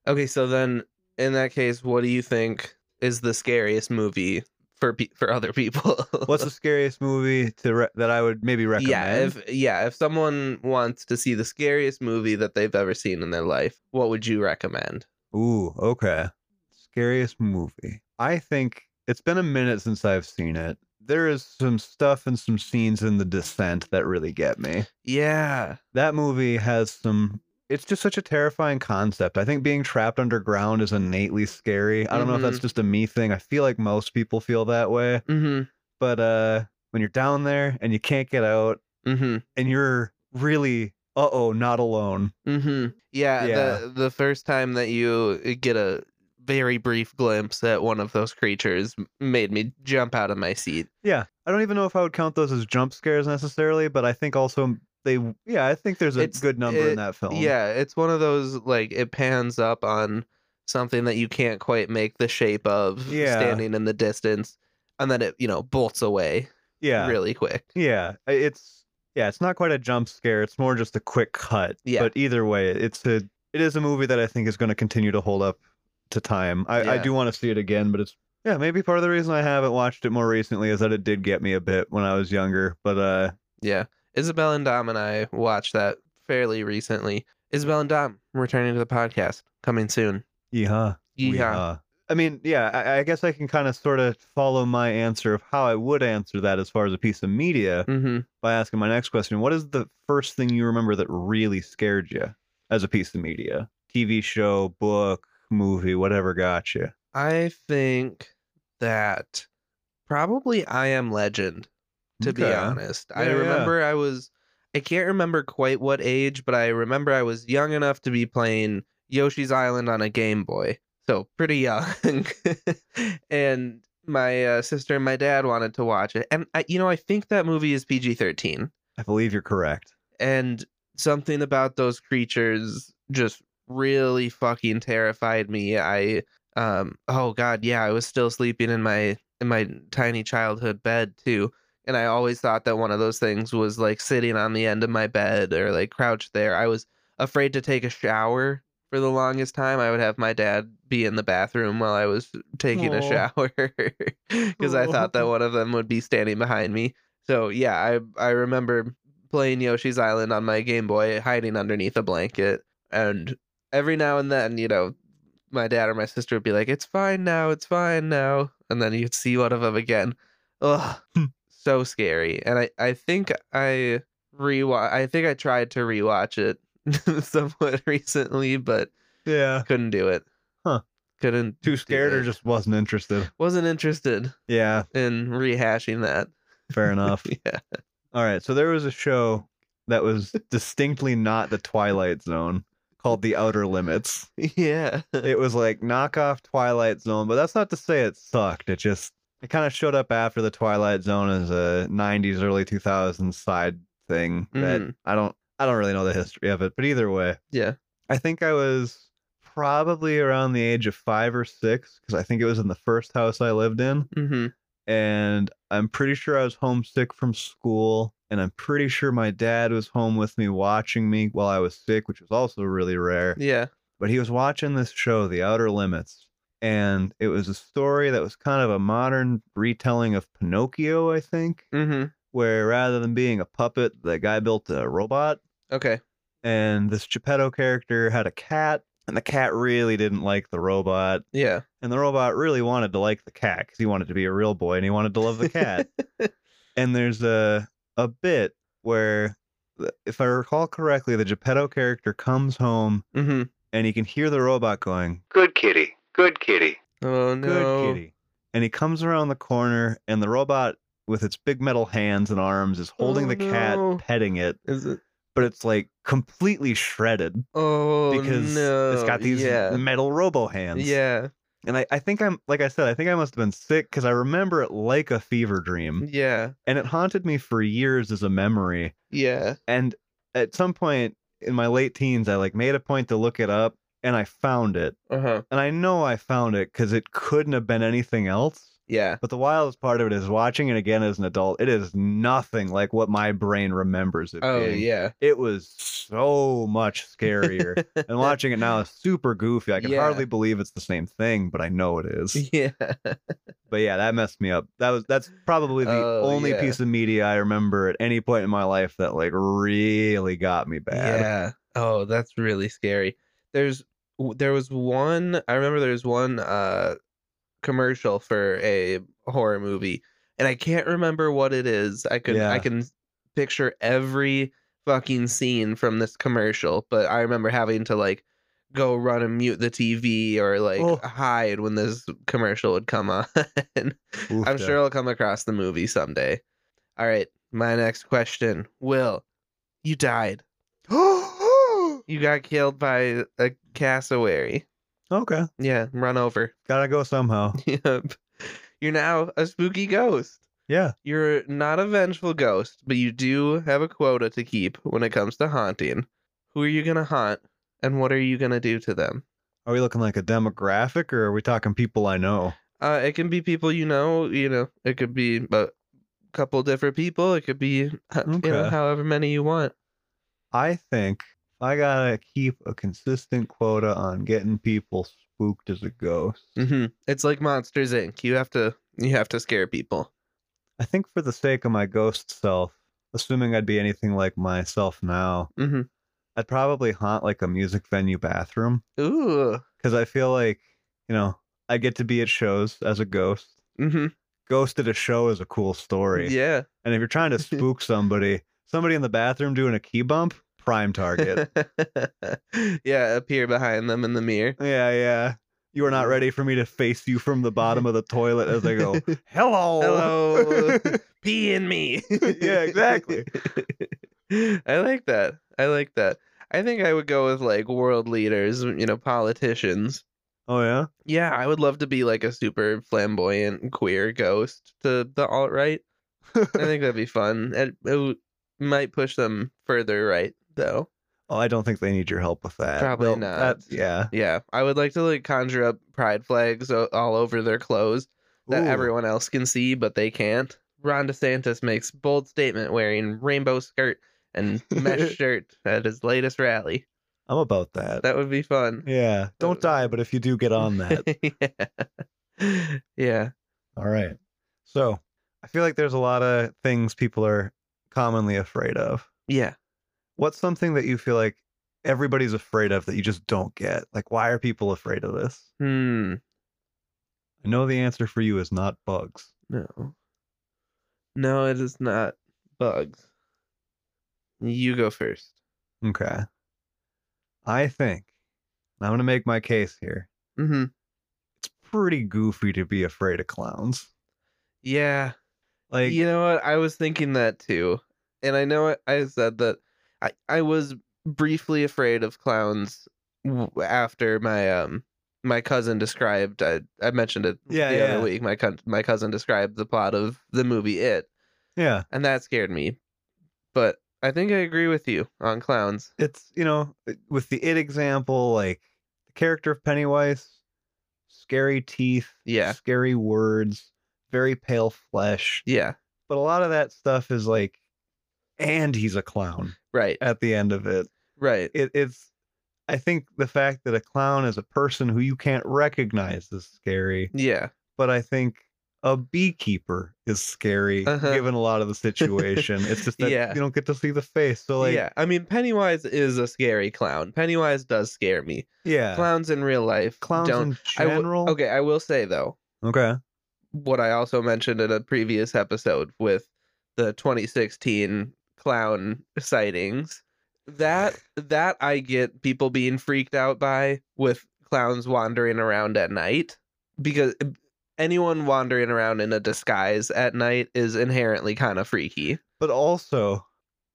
[SPEAKER 1] Okay, so then in that case, what do you think is the scariest movie for pe- for other people?
[SPEAKER 2] What's the scariest movie to re- that I would maybe recommend?
[SPEAKER 1] Yeah, if yeah, if someone wants to see the scariest movie that they've ever seen in their life, what would you recommend?
[SPEAKER 2] Ooh, okay. Scariest movie. I think it's been a minute since I've seen it. There is some stuff and some scenes in The Descent that really get me.
[SPEAKER 1] Yeah.
[SPEAKER 2] That movie has some. It's just such a terrifying concept. I think being trapped underground is innately
[SPEAKER 1] Mm-hmm.
[SPEAKER 2] scary. I don't know if that's just a me thing. I feel like most people feel that way,
[SPEAKER 1] Mm-hmm.
[SPEAKER 2] but uh when you're down there and you can't get out
[SPEAKER 1] Mm-hmm.
[SPEAKER 2] and you're really uh oh not alone.
[SPEAKER 1] Mm-hmm. Yeah,
[SPEAKER 2] Yeah.
[SPEAKER 1] The the first time that you get a very brief glimpse at one of those creatures m- made me jump out of my seat.
[SPEAKER 2] Yeah, I don't even know if I would count those as jump scares necessarily, but I think also they yeah I think there's a
[SPEAKER 1] It's-
[SPEAKER 2] good number
[SPEAKER 1] it-
[SPEAKER 2] in that film.
[SPEAKER 1] Yeah, it's one of those like it pans up on something that you can't quite make the shape of
[SPEAKER 2] Yeah.
[SPEAKER 1] standing in the distance and then it, you know, bolts away
[SPEAKER 2] yeah,
[SPEAKER 1] really quick.
[SPEAKER 2] yeah. I- It's yeah, it's not quite a jump scare. It's more just a quick cut.
[SPEAKER 1] Yeah.
[SPEAKER 2] But either way, it's a it is a movie that I think is going to continue to hold up to time. I, I
[SPEAKER 1] Yeah.
[SPEAKER 2] do want to see it again, but it's yeah maybe part of the reason I haven't watched it more recently is that it did get me a bit when I was younger. But uh
[SPEAKER 1] Yeah. Isabel and Dom and I watched that fairly recently. Isabel and Dom returning to the podcast coming soon.
[SPEAKER 2] yeah.
[SPEAKER 1] Yeah.
[SPEAKER 2] Weehaw. I mean, yeah, I, I guess I can kind of sort of follow my answer of how I would answer that as far as a piece of media
[SPEAKER 1] Mm-hmm.
[SPEAKER 2] by asking my next question. What is the first thing you remember that really scared you as a piece of media? TV show, book, movie, whatever got you.
[SPEAKER 1] I think that probably I Am Legend, to be
[SPEAKER 2] Okay.
[SPEAKER 1] honest. I
[SPEAKER 2] Yeah, yeah.
[SPEAKER 1] remember I was, I can't remember quite what age, but I remember I was young enough to be playing Yoshi's Island on a Game Boy. So pretty young. and my uh, sister and my dad wanted to watch it. And, I, you know, I think that movie is PG 13.
[SPEAKER 2] I believe you're correct.
[SPEAKER 1] and something about those creatures just really fucking terrified me i um oh god yeah i was still sleeping in my in my tiny childhood bed too and i always thought that one of those things was like sitting on the end of my bed or like crouched there i was afraid to take a shower for the longest time i would have my dad be in the bathroom while i was taking a
[SPEAKER 2] Aw.
[SPEAKER 1] shower because i thought that
[SPEAKER 2] Aw.
[SPEAKER 1] one of them would be standing behind me so yeah i i remember playing Yoshi's Island on my Game Boy, hiding underneath a blanket. And every now and then, you know, my dad or my sister would be like, "It's fine now, it's fine now," and then you'd see one of them again. Ugh,
[SPEAKER 2] Hmm.
[SPEAKER 1] so scary. And I, I think I rewatch. I think I tried to rewatch it somewhat recently, but
[SPEAKER 2] Yeah.
[SPEAKER 1] couldn't do it.
[SPEAKER 2] Huh.
[SPEAKER 1] Couldn't.
[SPEAKER 2] Too
[SPEAKER 1] do
[SPEAKER 2] scared or
[SPEAKER 1] it.
[SPEAKER 2] just wasn't interested?
[SPEAKER 1] wasn't interested
[SPEAKER 2] Yeah,
[SPEAKER 1] in rehashing that.
[SPEAKER 2] fair enough.
[SPEAKER 1] Yeah.
[SPEAKER 2] All right. So there was a show that was distinctly not the Twilight Zone called The Outer Limits.
[SPEAKER 1] Yeah.
[SPEAKER 2] it was like knockoff Twilight Zone, but that's not to say it sucked. It just it kind of showed up after the Twilight Zone as a '90s, early 2000s side thing that
[SPEAKER 1] Mhm.
[SPEAKER 2] I don't I don't really know the history of it. But either way,
[SPEAKER 1] Yeah.
[SPEAKER 2] I think I was probably around the age of five or six because I think it was in the first house I lived in,
[SPEAKER 1] Mm-hmm.
[SPEAKER 2] and I'm pretty sure I was homesick from school. And I'm pretty sure my dad was home with me watching me while I was sick, which was also really rare
[SPEAKER 1] Yeah.
[SPEAKER 2] but he was watching this show, The Outer Limits, and it was a story that was kind of a modern retelling of Pinocchio, I think,
[SPEAKER 1] Mm-hmm.
[SPEAKER 2] where rather than being a puppet, the guy built a robot,
[SPEAKER 1] Okay.
[SPEAKER 2] and this Geppetto character had a cat, and the cat really didn't like the robot,
[SPEAKER 1] Yeah.
[SPEAKER 2] and the robot really wanted to like the cat because he wanted to be a real boy and he wanted to love the cat. and there's a a bit where, if I recall correctly, the Geppetto character comes home
[SPEAKER 1] Mm-hmm.
[SPEAKER 2] and he can hear the robot going,
[SPEAKER 3] Good kitty. Good kitty.
[SPEAKER 1] Oh no.
[SPEAKER 2] Good kitty. And he comes around the corner, and the robot with its big metal hands and arms is holding
[SPEAKER 1] Oh,
[SPEAKER 2] the cat,
[SPEAKER 1] no.
[SPEAKER 2] petting it,
[SPEAKER 1] Is it?
[SPEAKER 2] but it's like completely shredded
[SPEAKER 1] Oh
[SPEAKER 2] because
[SPEAKER 1] no.
[SPEAKER 2] it's got these
[SPEAKER 1] yeah.
[SPEAKER 2] metal robo hands.
[SPEAKER 1] Yeah.
[SPEAKER 2] And I, I think I'm, like I said, I think I must have been sick because I remember it like a fever dream.
[SPEAKER 1] Yeah.
[SPEAKER 2] And it haunted me for years as a memory.
[SPEAKER 1] Yeah.
[SPEAKER 2] And at some point in my late teens, I like made a point to look it up and I found it.
[SPEAKER 1] Uh huh.
[SPEAKER 2] And I know I found it because it couldn't have been anything else.
[SPEAKER 1] Yeah.
[SPEAKER 2] But the wildest part of it is watching it again as an adult. It is nothing like what my brain remembers it
[SPEAKER 1] Oh
[SPEAKER 2] being.
[SPEAKER 1] yeah.
[SPEAKER 2] It was so much scarier. and watching it now is super goofy. I can
[SPEAKER 1] Yeah.
[SPEAKER 2] hardly believe it's the same thing, but I know it is.
[SPEAKER 1] Yeah.
[SPEAKER 2] but yeah, that messed me up. That was that's probably the
[SPEAKER 1] Oh,
[SPEAKER 2] only
[SPEAKER 1] yeah.
[SPEAKER 2] piece of media I remember at any point in my life that like really got me bad.
[SPEAKER 1] Yeah. Oh, that's really scary. There's w- there was one I remember there was one uh commercial for a horror movie and I can't remember what it is. I can I
[SPEAKER 2] Yeah.
[SPEAKER 1] can picture every fucking scene from this commercial, but I remember having to like go run and mute the TV or like
[SPEAKER 2] Oh.
[SPEAKER 1] hide when this commercial would come on.
[SPEAKER 2] Oof,
[SPEAKER 1] I'm
[SPEAKER 2] yeah.
[SPEAKER 1] sure I'll come across the movie someday. All right, my next question. Will, you died. you got killed by a cassowary.
[SPEAKER 2] Okay.
[SPEAKER 1] Yeah, run over.
[SPEAKER 2] Gotta go somehow.
[SPEAKER 1] Yep. You're now a spooky ghost.
[SPEAKER 2] Yeah.
[SPEAKER 1] You're not a vengeful ghost, but you do have a quota to keep when it comes to haunting. Who are you going to haunt and what are you going to do to them?
[SPEAKER 2] Are we looking like a demographic or are we talking people I know?
[SPEAKER 1] Uh, it can be people you know, you know, it could be a couple different people, it could be uh, you know
[SPEAKER 2] Okay.
[SPEAKER 1] however many you want.
[SPEAKER 2] I think I gotta keep a consistent quota on getting people spooked as a ghost.
[SPEAKER 1] Mhm. It's like Monsters Inc. You have to you have to scare people.
[SPEAKER 2] I think for the sake of my ghost self, assuming I'd be anything like myself now,
[SPEAKER 1] hmm
[SPEAKER 2] I'd probably haunt like a music venue bathroom
[SPEAKER 1] Ooh.
[SPEAKER 2] because I feel like, you know, I get to be at shows as a ghost.
[SPEAKER 1] hmm
[SPEAKER 2] Ghost at a show is a cool story.
[SPEAKER 1] Yeah.
[SPEAKER 2] And if you're trying to spook somebody, somebody in the bathroom doing a key bump, prime target.
[SPEAKER 1] yeah. Appear behind them in the mirror.
[SPEAKER 2] yeah, yeah. You are not ready for me to face you from the bottom of the toilet as I go, hello.
[SPEAKER 1] Hello. Pee in me.
[SPEAKER 2] Oh. Yeah, exactly.
[SPEAKER 1] I like that. I like that. I think I would go with like world leaders, you know, politicians.
[SPEAKER 2] oh, yeah?
[SPEAKER 1] Yeah, I would love to be like a super flamboyant queer ghost to the alt right. I think that'd be fun. It, it w- might push them further right, though.
[SPEAKER 2] Oh, I don't think they need your help with that.
[SPEAKER 1] Probably
[SPEAKER 2] They'll-
[SPEAKER 1] not.
[SPEAKER 2] that- yeah.
[SPEAKER 1] Yeah, I would like to like conjure up pride flags o- all over their clothes that
[SPEAKER 2] Ooh.
[SPEAKER 1] everyone else can see, but they can't. Ron DeSantis makes bold statement wearing rainbow skirt and mesh shirt at his latest rally.
[SPEAKER 2] I'm about that.
[SPEAKER 1] That would be fun.
[SPEAKER 2] Yeah. Don't die, but if you do get on that.
[SPEAKER 1] yeah. yeah.
[SPEAKER 2] All right. So I feel like there's a lot of things people are commonly afraid of.
[SPEAKER 1] Yeah.
[SPEAKER 2] What's something that you feel like everybody's afraid of that you just don't get? Like, why are people afraid of this?
[SPEAKER 1] Hmm.
[SPEAKER 2] I know the answer for you is not bugs.
[SPEAKER 1] No. No, it is not bugs. You go first.
[SPEAKER 2] Okay. I think I'm going to make my case here.
[SPEAKER 1] Mm-hmm.
[SPEAKER 2] It's pretty goofy to be afraid of clowns.
[SPEAKER 1] Yeah.
[SPEAKER 2] Like,
[SPEAKER 1] you know what? I was thinking that too. And I know I I said that I, I was briefly afraid of clowns w- after my um my cousin described I, I mentioned it
[SPEAKER 2] Yeah,
[SPEAKER 1] the
[SPEAKER 2] yeah.
[SPEAKER 1] other week my con- my cousin described the plot of the movie It
[SPEAKER 2] yeah,
[SPEAKER 1] and that scared me. But I think I agree with you on clowns.
[SPEAKER 2] it's, you know, with the it example, like the character of Pennywise, scary teeth,
[SPEAKER 1] Yeah.
[SPEAKER 2] scary words, very pale flesh.
[SPEAKER 1] Yeah.
[SPEAKER 2] But a lot of that stuff is like, and he's a clown
[SPEAKER 1] Right.
[SPEAKER 2] at the end of it.
[SPEAKER 1] Right.
[SPEAKER 2] it, it's i think the fact that a clown is a person who you can't recognize is scary
[SPEAKER 1] Yeah.
[SPEAKER 2] but i think a beekeeper is scary
[SPEAKER 1] Uh-huh.
[SPEAKER 2] given a lot of the situation it's just that
[SPEAKER 1] Yeah.
[SPEAKER 2] you don't get to see the face so like yeah,
[SPEAKER 1] yeah, I mean Pennywise is a scary clown. Pennywise does scare me. Clowns in real life
[SPEAKER 2] clowns
[SPEAKER 1] don't.
[SPEAKER 2] in
[SPEAKER 1] I will-
[SPEAKER 2] general
[SPEAKER 1] okay, I will say though
[SPEAKER 2] okay
[SPEAKER 1] what I also mentioned in a previous episode with the 2016 clown sightings. That that I get people being freaked out by with clowns wandering around at night because anyone wandering around in a disguise at night is inherently kind of freaky.
[SPEAKER 2] but also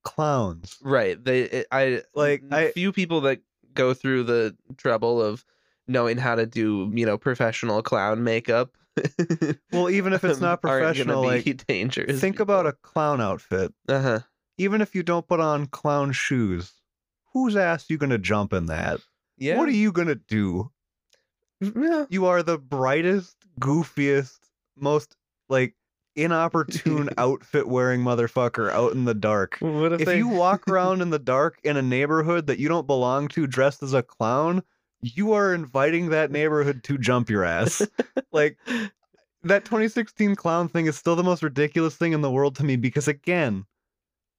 [SPEAKER 2] clowns
[SPEAKER 1] Right. They it, I
[SPEAKER 2] Like,
[SPEAKER 1] n-
[SPEAKER 2] I-
[SPEAKER 1] few people that go through the trouble of knowing how to do, you know, professional clown makeup.
[SPEAKER 2] well even if it's
[SPEAKER 1] um,
[SPEAKER 2] not
[SPEAKER 1] aren't gonna
[SPEAKER 2] professional like
[SPEAKER 1] be dangerous.
[SPEAKER 2] think about a clown outfit
[SPEAKER 1] uh-huh.
[SPEAKER 2] even if you don't put on clown shoes whose ass you gonna jump in that
[SPEAKER 1] Yeah.
[SPEAKER 2] what are you gonna do
[SPEAKER 1] Yeah.
[SPEAKER 2] you are the brightest, goofiest, most like inopportune outfit wearing motherfucker out in the dark.
[SPEAKER 1] What if,
[SPEAKER 2] If
[SPEAKER 1] they-
[SPEAKER 2] you walk around in the dark in a neighborhood that you don't belong to dressed as a clown, you are inviting that neighborhood to jump your ass. like that 2016 clown thing is still the most ridiculous thing in the world to me because again,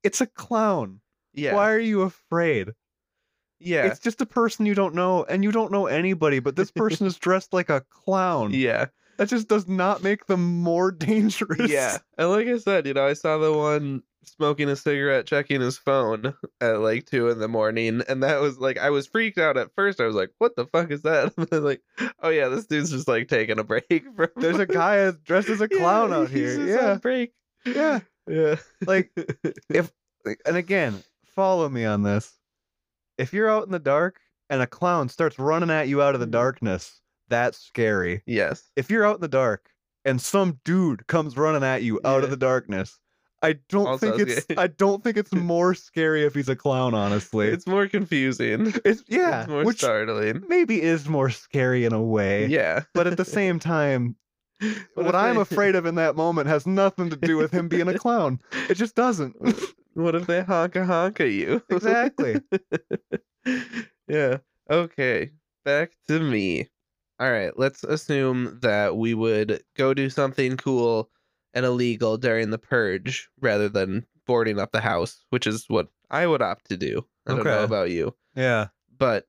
[SPEAKER 2] it's a clown.
[SPEAKER 1] Yeah.
[SPEAKER 2] Why are you afraid?
[SPEAKER 1] yeah.
[SPEAKER 2] It's just a person you don't know and you don't know anybody, but this person is dressed like a clown.
[SPEAKER 1] yeah.
[SPEAKER 2] That just does not make them more dangerous.
[SPEAKER 1] Yeah. And like I said, you know, I saw the one smoking a cigarette, checking his phone at like two in the morning. And that was like, I was freaked out at first. I was like, what the fuck is that? And then, like, oh yeah, this dude's just like taking a break. From...
[SPEAKER 2] There's a guy dressed as a
[SPEAKER 1] Yeah,
[SPEAKER 2] clown out
[SPEAKER 1] he's
[SPEAKER 2] here.
[SPEAKER 1] just on
[SPEAKER 2] Yeah.
[SPEAKER 1] break.
[SPEAKER 2] Yeah.
[SPEAKER 1] Yeah.
[SPEAKER 2] like if and again follow me on this if you're out in the dark and a clown starts running at you out
[SPEAKER 1] Mm-hmm.
[SPEAKER 2] of the darkness that's scary
[SPEAKER 1] Yes.
[SPEAKER 2] if you're out in the dark and some dude comes running at you out of
[SPEAKER 1] Yeah.
[SPEAKER 2] the darkness i don't
[SPEAKER 1] Also
[SPEAKER 2] think it's
[SPEAKER 1] scary.
[SPEAKER 2] i don't think it's more scary if he's a clown honestly it's,
[SPEAKER 1] It's more confusing.
[SPEAKER 2] yeah
[SPEAKER 1] It's more
[SPEAKER 2] which
[SPEAKER 1] startling.
[SPEAKER 2] maybe is more scary in a way
[SPEAKER 1] Yeah.
[SPEAKER 2] but at the same time
[SPEAKER 1] What
[SPEAKER 2] what,
[SPEAKER 1] if
[SPEAKER 2] i'm
[SPEAKER 1] they-
[SPEAKER 2] afraid of in that moment has nothing to do with him being a clown it just doesn't
[SPEAKER 1] What if they honka honka you?
[SPEAKER 2] exactly
[SPEAKER 1] yeah. Okay. Back to me. All right. Let's assume that we would go do something cool and illegal during the purge rather than boarding up the house, which is what I would opt to do. I don't know
[SPEAKER 2] Okay.
[SPEAKER 1] about you.
[SPEAKER 2] Yeah.
[SPEAKER 1] But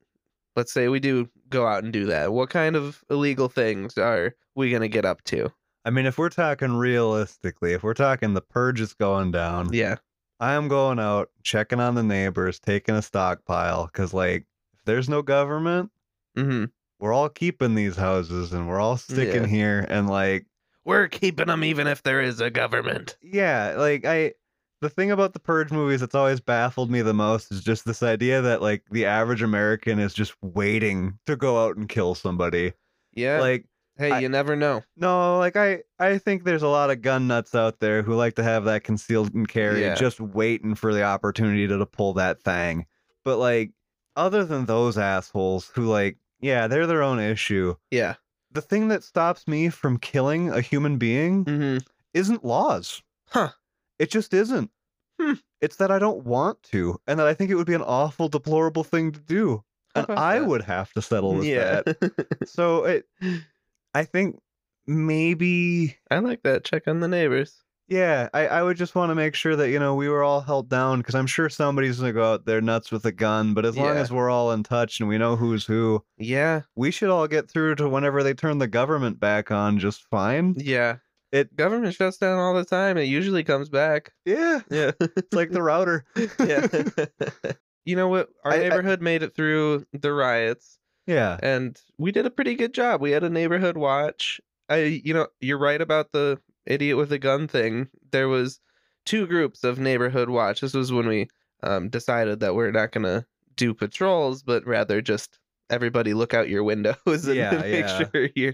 [SPEAKER 1] let's say we do go out and do that. What kind of illegal things are we going to get up to?
[SPEAKER 2] I mean, if we're talking realistically, if we're talking the purge is going down,
[SPEAKER 1] Yeah.
[SPEAKER 2] I am going out, checking on the neighbors, taking a stockpile. Cause, like, if there's no government,
[SPEAKER 1] hmm
[SPEAKER 2] we're all keeping these houses and we're all sticking
[SPEAKER 1] Yeah.
[SPEAKER 2] here. And, like,
[SPEAKER 1] We're keeping them even if there is a government.
[SPEAKER 2] yeah, like, I. The thing about the Purge movies that's always baffled me the most is just this idea that, like, the average American is just waiting to go out and kill somebody.
[SPEAKER 1] Yeah.
[SPEAKER 2] Like,
[SPEAKER 1] hey,
[SPEAKER 2] I-
[SPEAKER 1] you never know.
[SPEAKER 2] No, like I, I think there's a lot of gun nuts out there who like to have that concealed and carry,
[SPEAKER 1] Yeah.
[SPEAKER 2] just waiting for the opportunity to, to pull that thing. But like, other than those assholes who like, yeah, they're their own issue.
[SPEAKER 1] Yeah.
[SPEAKER 2] The thing that stops me from killing a human being
[SPEAKER 1] hmm
[SPEAKER 2] isn't laws.
[SPEAKER 1] Huh.
[SPEAKER 2] It just isn't.
[SPEAKER 1] Hmm.
[SPEAKER 2] It's that I don't want to, and that I think it would be an awful, deplorable thing to do,
[SPEAKER 1] How
[SPEAKER 2] and
[SPEAKER 1] about
[SPEAKER 2] I
[SPEAKER 1] that?
[SPEAKER 2] would have to settle with
[SPEAKER 1] Yeah.
[SPEAKER 2] that. So it, I think maybe
[SPEAKER 1] I like that. Check on the neighbors.
[SPEAKER 2] Yeah, I, I would just want to make sure that, you know, we were all held down because I'm sure somebody's going to go out there nuts with a gun. But as long
[SPEAKER 1] Yeah.
[SPEAKER 2] as we're all in touch and we know who's who,
[SPEAKER 1] Yeah.
[SPEAKER 2] we should all get through to whenever they turn the government back on just fine.
[SPEAKER 1] Yeah.
[SPEAKER 2] It-
[SPEAKER 1] government shuts down all the time. It usually comes back.
[SPEAKER 2] Yeah.
[SPEAKER 1] Yeah.
[SPEAKER 2] It's like the router.
[SPEAKER 1] yeah. you know what? Our
[SPEAKER 2] I- I-
[SPEAKER 1] neighborhood made it through the riots
[SPEAKER 2] Yeah.
[SPEAKER 1] and we did a pretty good job. We had a neighborhood watch. I you know, you're right about the idiot with a gun thing. There was two groups of neighborhood watch. This was when we um, decided that we're not going to do patrols, but rather just everybody look out your windows and
[SPEAKER 2] Yeah,
[SPEAKER 1] make
[SPEAKER 2] yeah.
[SPEAKER 1] sure your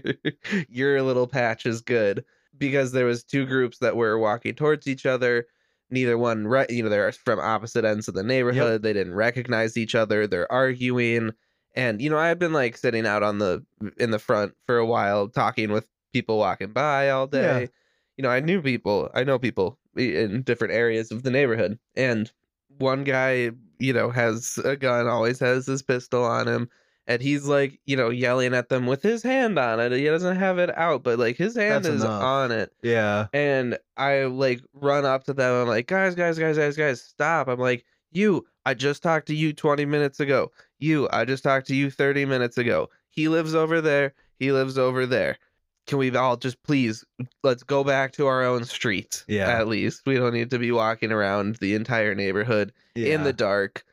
[SPEAKER 1] your little patch is good because there was two groups that were walking towards each other. Neither one, right? You know, they're from opposite ends of the neighborhood. They didn't recognize each other. They're arguing, and you know, I've been like sitting out on the in the front for a while, talking with people walking by all
[SPEAKER 2] Yeah.
[SPEAKER 1] day. You know, I knew people. I know people i- in different areas of the neighborhood, and one guy, you know, has a gun, always has his pistol on him, and he's like, you know, yelling at them with his hand on it. He doesn't have it out, but like his hand
[SPEAKER 2] That's
[SPEAKER 1] is
[SPEAKER 2] enough.
[SPEAKER 1] on it.
[SPEAKER 2] Yeah.
[SPEAKER 1] And I like run up to them. I'm like, guys, guys, guys, guys, guys, stop. I'm like, you, I just talked to you 20 minutes ago. You, I just talked to you 30 minutes ago. He lives over there. He lives over there. Can we all just please let's go back to our own streets?
[SPEAKER 2] Yeah.
[SPEAKER 1] At least we don't need to be walking around the entire neighborhood
[SPEAKER 2] yeah.
[SPEAKER 1] in the dark.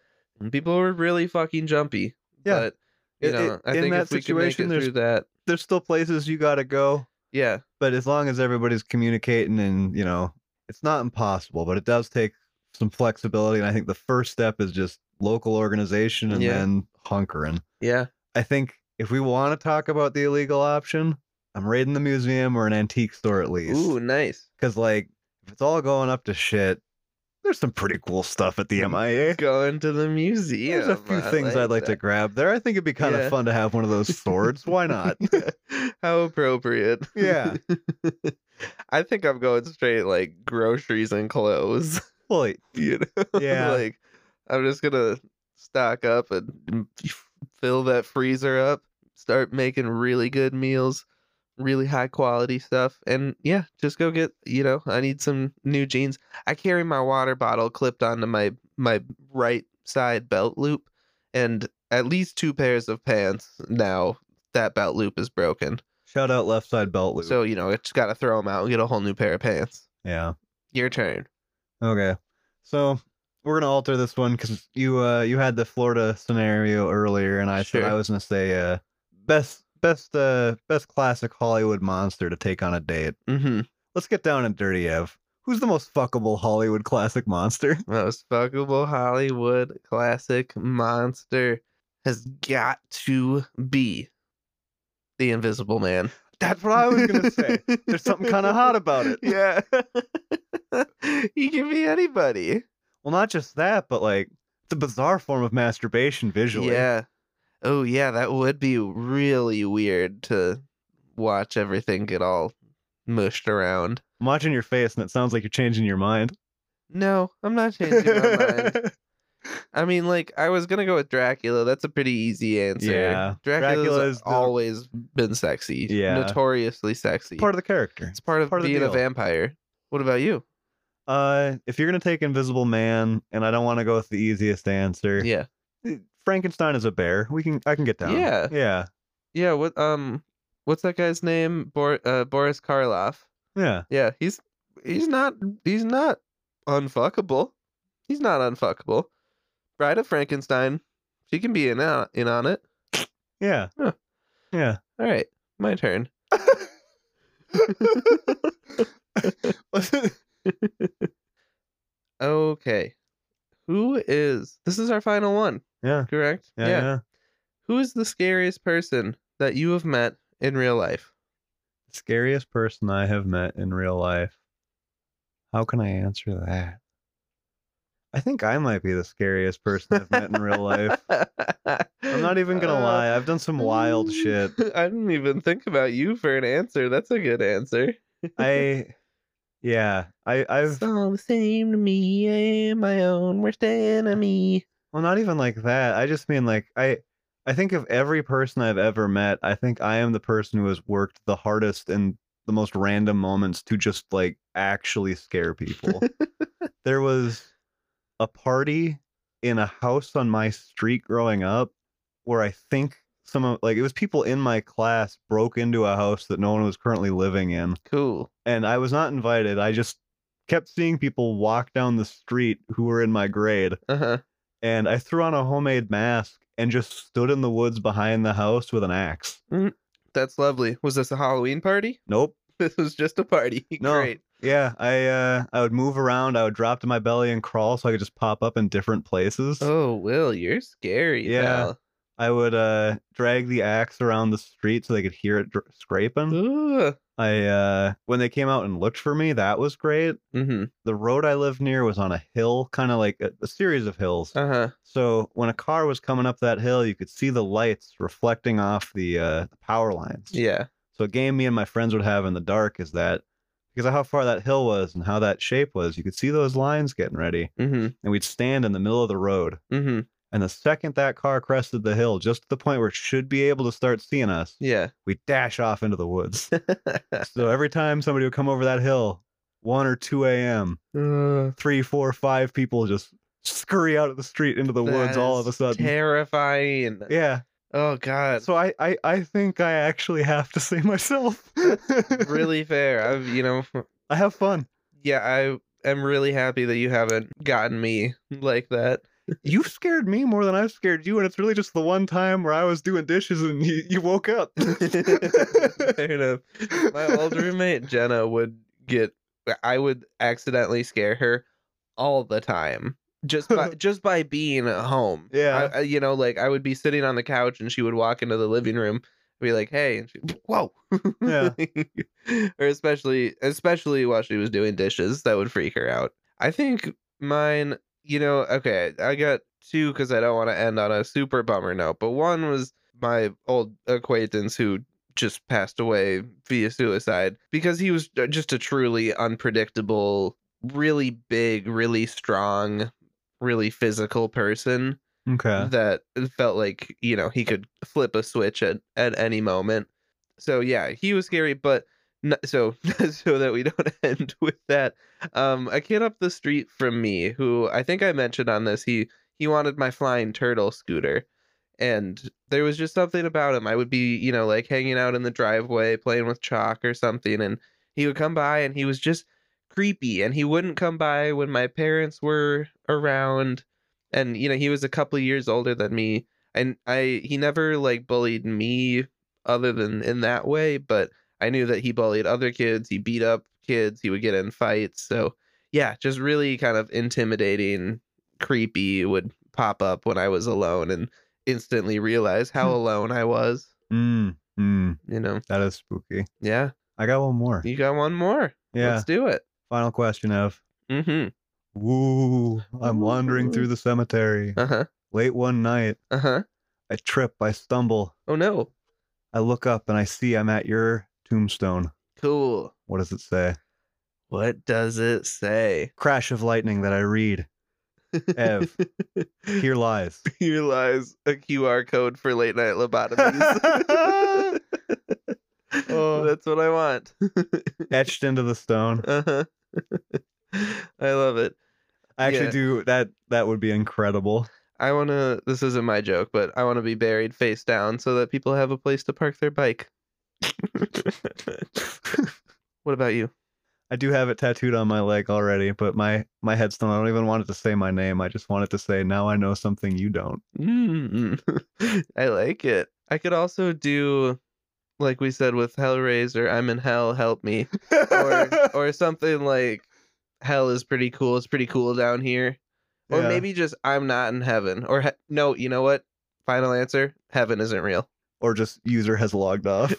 [SPEAKER 1] And people were really fucking jumpy.
[SPEAKER 2] Yeah.
[SPEAKER 1] But you
[SPEAKER 2] I-
[SPEAKER 1] know,
[SPEAKER 2] i-
[SPEAKER 1] I
[SPEAKER 2] in
[SPEAKER 1] think
[SPEAKER 2] that
[SPEAKER 1] if we can make
[SPEAKER 2] situation,
[SPEAKER 1] it
[SPEAKER 2] there's-
[SPEAKER 1] through that,
[SPEAKER 2] There's still places you got to go.
[SPEAKER 1] yeah,
[SPEAKER 2] But as long as everybody's communicating and, you know, it's not impossible, but it does take some flexibility. And I think the first step is just local organization and
[SPEAKER 1] Yeah.
[SPEAKER 2] then hunkering.
[SPEAKER 1] yeah,
[SPEAKER 2] I think if we want to talk about the illegal option, I'm raiding the museum or an antique store at
[SPEAKER 1] ooh,
[SPEAKER 2] least.
[SPEAKER 1] nice,
[SPEAKER 2] Because, like, if it's all going up to shit, there's some pretty cool stuff at the MIA.
[SPEAKER 1] going to the museum.
[SPEAKER 2] There's a few
[SPEAKER 1] I
[SPEAKER 2] things I'd like to
[SPEAKER 1] that.
[SPEAKER 2] grab there. I think it'd be kind
[SPEAKER 1] Yeah.
[SPEAKER 2] of fun to have one of those swords. Why not?
[SPEAKER 1] How appropriate.
[SPEAKER 2] Yeah.
[SPEAKER 1] I think I'm going straight like groceries and clothes.
[SPEAKER 2] Well,
[SPEAKER 1] You know,
[SPEAKER 2] Yeah.
[SPEAKER 1] like I'm just gonna stock up and mm, fill that freezer up. Start making really good meals, really high quality stuff, and yeah, just go get. You know, I need some new jeans. I carry my water bottle clipped onto my my right side belt loop, and at least two pairs of pants now. That belt loop is broken,
[SPEAKER 2] shout out left side belt loop.
[SPEAKER 1] so you know it's got to throw them out and get a whole new pair of pants.
[SPEAKER 2] yeah.
[SPEAKER 1] Your turn.
[SPEAKER 2] Okay. So we're gonna alter this one because you uh you had the Florida scenario earlier, and I
[SPEAKER 1] Sure.
[SPEAKER 2] said I was gonna say uh best best uh best classic Hollywood monster to take on a date.
[SPEAKER 1] Mm-hmm.
[SPEAKER 2] Let's get down and dirty, Ev. Who's the most fuckable Hollywood classic monster?
[SPEAKER 1] Most fuckable Hollywood classic monster has got to be the Invisible Man.
[SPEAKER 2] That's what I was gonna say. There's something kind of hot about it.
[SPEAKER 1] Yeah. he can be anybody.
[SPEAKER 2] Well, not just that, but like it's a bizarre form of masturbation visually.
[SPEAKER 1] Yeah. Oh yeah, that would be really weird to watch everything get all mushed around.
[SPEAKER 2] I'm watching your face, and it sounds like you're changing your mind.
[SPEAKER 1] No, I'm not changing my mind. I mean, like I was gonna go with Dracula. That's a pretty easy answer.
[SPEAKER 2] Yeah.
[SPEAKER 1] Dracula's
[SPEAKER 2] Dracula's the-
[SPEAKER 1] always been sexy.
[SPEAKER 2] Yeah.
[SPEAKER 1] notoriously sexy.
[SPEAKER 2] Part of the character.
[SPEAKER 1] it's part of
[SPEAKER 2] part of the
[SPEAKER 1] being a
[SPEAKER 2] deal.
[SPEAKER 1] vampire. What about you?
[SPEAKER 2] Uh, if you're gonna take Invisible Man, and I don't want to go with the easiest answer, eh,
[SPEAKER 1] Yeah,
[SPEAKER 2] Frankenstein is a bear. We can, I can get down.
[SPEAKER 1] Yeah.
[SPEAKER 2] yeah,
[SPEAKER 1] yeah. What um, what's that guy's name? Bor- uh, Boris Karloff.
[SPEAKER 2] yeah.
[SPEAKER 1] Yeah, he's he's not he's not unfuckable. He's not unfuckable. Bride of Frankenstein. She can be in on, in on it.
[SPEAKER 2] Yeah.
[SPEAKER 1] Huh.
[SPEAKER 2] Yeah.
[SPEAKER 1] All right, my turn. Okay. Who is this is our final one,
[SPEAKER 2] yeah.
[SPEAKER 1] correct?
[SPEAKER 2] Yeah. Yeah.
[SPEAKER 1] Who is the scariest person that you have met in real life?
[SPEAKER 2] Scariest person I have met in real life. How can I answer that? I think I might be the scariest person I've met in real life. I'm not even gonna lie. I've done some wild
[SPEAKER 1] mm.
[SPEAKER 2] shit.
[SPEAKER 1] Uh, I didn't even think about you for an answer. That's a good answer.
[SPEAKER 2] I, yeah, I, I've
[SPEAKER 1] all the same to me. I am my own worst enemy.
[SPEAKER 2] well, not even like that. I just mean like I, I think of every person I've ever met. I think I am the person who has worked the hardest in the most random moments to just like actually scare people. there was a party in a house on my street growing up where I think some of like it was people in my class broke into a house that no one was currently living in.
[SPEAKER 1] Cool.
[SPEAKER 2] and I was not invited. I just kept seeing people walk down the street who were in my grade,
[SPEAKER 1] Uh huh.
[SPEAKER 2] and I threw on a homemade mask and just stood in the woods behind the house with an axe.
[SPEAKER 1] That's lovely. Was this a Halloween party?
[SPEAKER 2] Nope.
[SPEAKER 1] This was just a party.
[SPEAKER 2] No.
[SPEAKER 1] Great.
[SPEAKER 2] Yeah, I uh, I would move around. I would drop to my belly and crawl, so I could just pop up in different places.
[SPEAKER 1] Oh, Will, you're scary.
[SPEAKER 2] Yeah.
[SPEAKER 1] pal.
[SPEAKER 2] I would uh, drag the axe around the street so they could hear it dr-
[SPEAKER 1] Oh.
[SPEAKER 2] scraping.
[SPEAKER 1] Ooh.
[SPEAKER 2] I uh, when they came out and looked for me, that was great.
[SPEAKER 1] Mhm.
[SPEAKER 2] The road I lived near was on a hill, kind of like a, a series of hills.
[SPEAKER 1] Uh huh.
[SPEAKER 2] So when a car was coming up that hill, you could see the lights reflecting off the, uh, the power lines.
[SPEAKER 1] Yeah.
[SPEAKER 2] So a game me and my friends would have in the dark is that because of how far that hill was and how that shape was, you could see those lines getting ready.
[SPEAKER 1] Mhm.
[SPEAKER 2] And we'd stand in the middle of the road.
[SPEAKER 1] Mhm.
[SPEAKER 2] And the second that car crested the hill, just to the point where it should be able to start seeing us,
[SPEAKER 1] Yeah.
[SPEAKER 2] we'd dash off into the woods. so every time somebody would come over that hill, 1 or 2 a.m.,
[SPEAKER 1] Uh,
[SPEAKER 2] three, four, five people just scurry out of the street into the woods
[SPEAKER 1] that
[SPEAKER 2] all of
[SPEAKER 1] is
[SPEAKER 2] a sudden.
[SPEAKER 1] Terrifying.
[SPEAKER 2] yeah.
[SPEAKER 1] Oh God.
[SPEAKER 2] So I, I, I think I actually have to say myself.
[SPEAKER 1] really fair. I've you know
[SPEAKER 2] I have fun.
[SPEAKER 1] yeah I am really happy that you haven't gotten me like that.
[SPEAKER 2] You scared me more than I've scared you, and it's really just the one time where I was doing dishes and you, you woke up.
[SPEAKER 1] Fair enough. My old roommate Jenna would get I would accidentally scare her all the time. Just by just by being at home.
[SPEAKER 2] Yeah.
[SPEAKER 1] I, I- you know, like I would be sitting on the couch and she would walk into the living room and be like, hey, and she whoa.
[SPEAKER 2] Yeah.
[SPEAKER 1] or especially especially while she was doing dishes. That would freak her out. I think mine, you know, okay, I got two because I don't want to end on a super bummer note, but one was my old acquaintance who just passed away via suicide because he was uh, just a truly unpredictable, really big, really strong, really physical person
[SPEAKER 2] Okay.
[SPEAKER 1] that felt like, you know, he could flip a switch at, at any moment. So yeah, he was scary, but n so so that we don't end with that. Um a kid up the street from me who I think I mentioned on this, he he wanted my flying turtle scooter and there was just something about him i would be you know like hanging out in the driveway playing with chalk or something and he would come by and he was just creepy and he wouldn't come by when my parents were around and you know he was a couple years older than me and i he never like bullied me other than in that way but i knew that he bullied other kids he beat up kids he would get in fights so yeah, just really kind of intimidating, creepy would pop up when I was alone and instantly realize how alone I was.
[SPEAKER 2] Mm, mm,
[SPEAKER 1] You know,
[SPEAKER 2] that is spooky.
[SPEAKER 1] yeah.
[SPEAKER 2] I got one more.
[SPEAKER 1] You got one more.
[SPEAKER 2] Yeah.
[SPEAKER 1] Let's do it.
[SPEAKER 2] Final question of
[SPEAKER 1] Mm-hmm.
[SPEAKER 2] Woo, I'm wandering through the cemetery.
[SPEAKER 1] Uh-huh.
[SPEAKER 2] Late one night,
[SPEAKER 1] Uh-huh.
[SPEAKER 2] I trip, I stumble,
[SPEAKER 1] Oh no.
[SPEAKER 2] I look up and I see I'm at your tombstone.
[SPEAKER 1] Cool.
[SPEAKER 2] What does it say?
[SPEAKER 1] What does it say?
[SPEAKER 2] Crash of lightning that I read. Ev. Here lies.
[SPEAKER 1] Here lies a QR code for late night lobotomies.
[SPEAKER 2] Oh.
[SPEAKER 1] That's what I want.
[SPEAKER 2] Etched into the stone.
[SPEAKER 1] uh-huh. I love it.
[SPEAKER 2] I actually
[SPEAKER 1] Yeah.
[SPEAKER 2] do that that would be incredible.
[SPEAKER 1] I want to. This isn't my joke, but I want to be buried face down so that people have a place to park their bike. what about you?
[SPEAKER 2] I do have it tattooed on my leg already, but my my headstone, I don't even want it to say my name. I just want it to say now I know something you don't.
[SPEAKER 1] Mm. I like it. I could also do, like we said with Hellraiser, "I'm in hell, help me," or or something like, "Hell is pretty cool. It's pretty cool down here," or
[SPEAKER 2] Yeah.
[SPEAKER 1] maybe just "I'm not in heaven," or he- no, you know what? Final answer: Heaven isn't real.
[SPEAKER 2] or just user has logged off.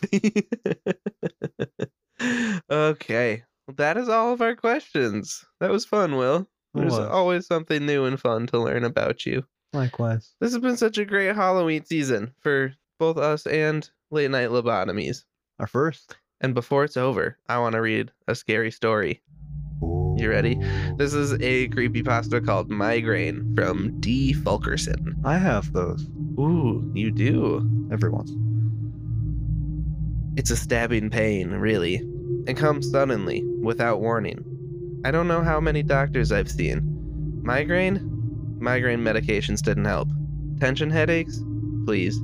[SPEAKER 1] okay. Well, that is all of our questions. That was fun, Will. There's
[SPEAKER 2] was.
[SPEAKER 1] always something new and fun to learn about you.
[SPEAKER 2] Likewise.
[SPEAKER 1] This has been such a great Halloween season for both us and late night lobotomies.
[SPEAKER 2] Our first.
[SPEAKER 1] And before it's over, I want to read a scary story. You ready? This is a creepypasta called Migraine from D. Fulkerson.
[SPEAKER 2] I have those
[SPEAKER 1] Ooh, you do.
[SPEAKER 2] every once.
[SPEAKER 1] It's a stabbing pain, really, and comes suddenly, without warning. I don't know how many doctors I've seen. Migraine? Migraine medications didn't help. Tension headaches? Please.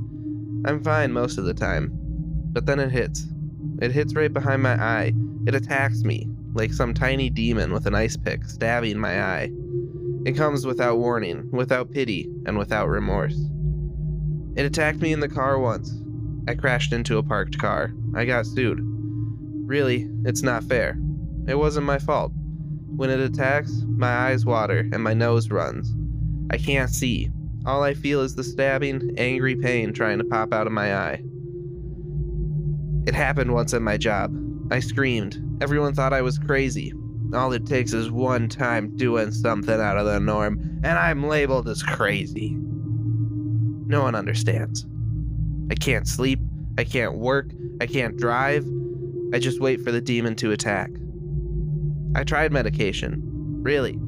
[SPEAKER 1] I'm fine most of the time. But then it hits. It hits right behind my eye. It attacks me, like some tiny demon with an ice pick stabbing my eye. It comes without warning, without pity, and without remorse. It attacked me in the car once, I crashed into a parked car. I got sued. Really, it's not fair. It wasn't my fault. When it attacks, my eyes water and my nose runs. I can't see. All I feel is the stabbing, angry pain trying to pop out of my eye. It happened once at my job. I screamed. Everyone thought I was crazy. All it takes is one time doing something out of the norm, and I'm labeled as crazy. No one understands. I can't sleep. I can't work. I can't drive. I just wait for the demon to attack. I tried medication. Really.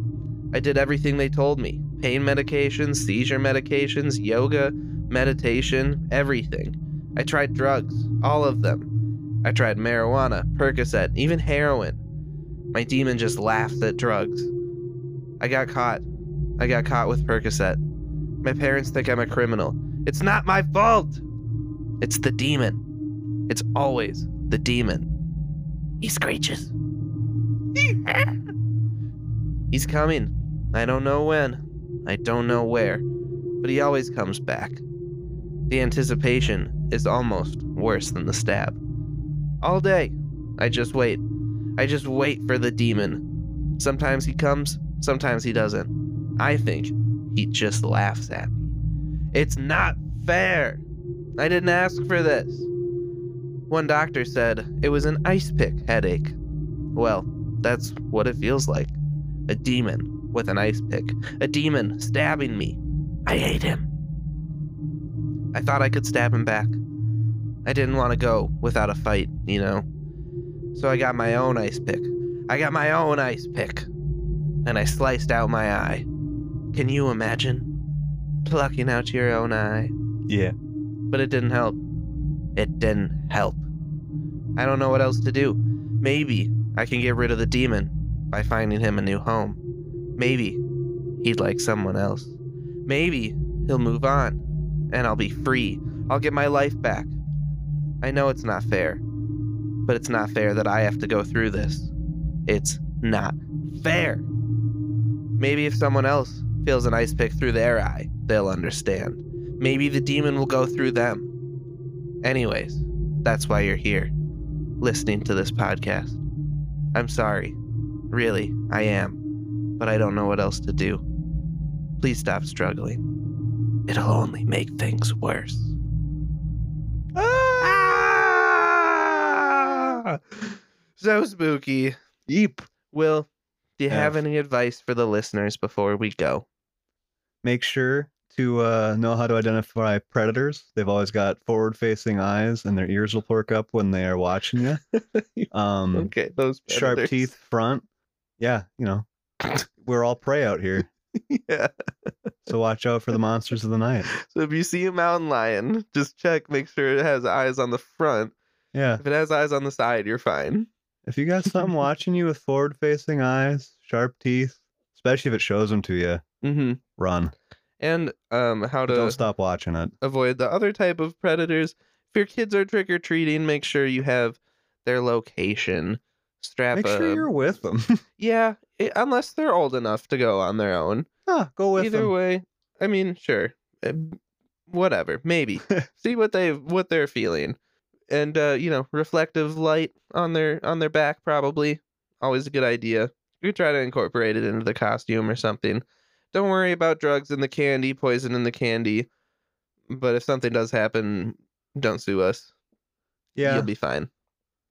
[SPEAKER 1] I did everything they told me pain medications, seizure medications, yoga, meditation, everything. I tried drugs, all of them. I tried marijuana, Percocet, even heroin. My demon just laughs at drugs. I got caught. I got caught with Percocet. My parents think I'm a criminal. It's not my fault! It's the demon. It's always the demon. He screeches. He's coming. I don't know when. I don't know where. But he always comes back. The anticipation is almost worse than the stab. All day, I just wait. I just wait for the demon. Sometimes he comes, sometimes he doesn't. I think he just laughs at me. It's not fair! I didn't ask for this. One doctor said it was an ice pick headache. Well, that's what it feels like. A demon with an ice pick. A demon stabbing me. I hate him. I thought I could stab him back. I didn't want to go without a fight, you know. So I got my own ice pick. I got my own ice pick. And I sliced out my eye. Can you imagine? Plucking out your own eye
[SPEAKER 2] Yeah.
[SPEAKER 1] but it didn't help. It didn't help. I don't know what else to do. Maybe I can get rid of the demon by finding him a new home. Maybe he'd like someone else. Maybe he'll move on and I'll be free. I'll get my life back. I know it's not fair, but it's not fair that I have to go through this. It's not fair. Maybe if someone else feels an ice pick through their eye, they'll understand. Maybe the demon will go through them. Anyways, that's why you're here, listening to this podcast. I'm sorry. Really, I am. but I don't know what else to do. Please stop struggling. It'll only make things worse. Ah! So spooky.
[SPEAKER 2] Deep.
[SPEAKER 1] Will, do you
[SPEAKER 2] Yeah.
[SPEAKER 1] have any advice for the listeners before we go?
[SPEAKER 2] Make sure to uh, know how to identify predators. They've always got forward-facing eyes, and their ears will perk up when they are watching you. Um,
[SPEAKER 1] Okay, those
[SPEAKER 2] sharp
[SPEAKER 1] predators.
[SPEAKER 2] teeth, front. Yeah, you know, we're all prey out here,
[SPEAKER 1] yeah.
[SPEAKER 2] so watch out for the monsters of the night.
[SPEAKER 1] So if you see a mountain lion, just check, make sure it has eyes on the front.
[SPEAKER 2] Yeah,
[SPEAKER 1] If it has eyes on the side, you're fine.
[SPEAKER 2] if you got something watching you with forward-facing eyes, sharp teeth, especially if it shows them to you,
[SPEAKER 1] Mm-hmm.
[SPEAKER 2] run.
[SPEAKER 1] And um, how
[SPEAKER 2] But
[SPEAKER 1] to
[SPEAKER 2] don't stop watching it.
[SPEAKER 1] avoid the other type of predators. If your kids are trick or treating, make sure you have their location. Strap
[SPEAKER 2] Make sure
[SPEAKER 1] a-
[SPEAKER 2] you're with them.
[SPEAKER 1] Yeah, i unless they're old enough to go on their own.
[SPEAKER 2] Ah, go with
[SPEAKER 1] Either
[SPEAKER 2] them.
[SPEAKER 1] way, I mean, sure, Uh, whatever, maybe see what they what they're feeling, and uh, you know, reflective light on their on their back probably always a good idea. You could try to incorporate it into the costume or something. Don't worry about drugs in the candy, poison in the candy. But if something does happen, don't sue us.
[SPEAKER 2] yeah.
[SPEAKER 1] you'll be fine.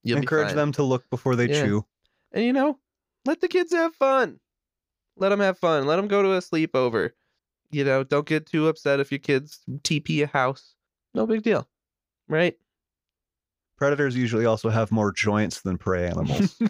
[SPEAKER 1] You'll be
[SPEAKER 2] Encourage
[SPEAKER 1] fine.
[SPEAKER 2] them to look before they
[SPEAKER 1] Yeah.
[SPEAKER 2] chew.
[SPEAKER 1] And you know, let the kids have fun. Let them have fun. Let them go to a sleepover. You know, don't get too upset if your kids TP a house. No big deal. Right?
[SPEAKER 2] Predators usually also have more joints than prey animals.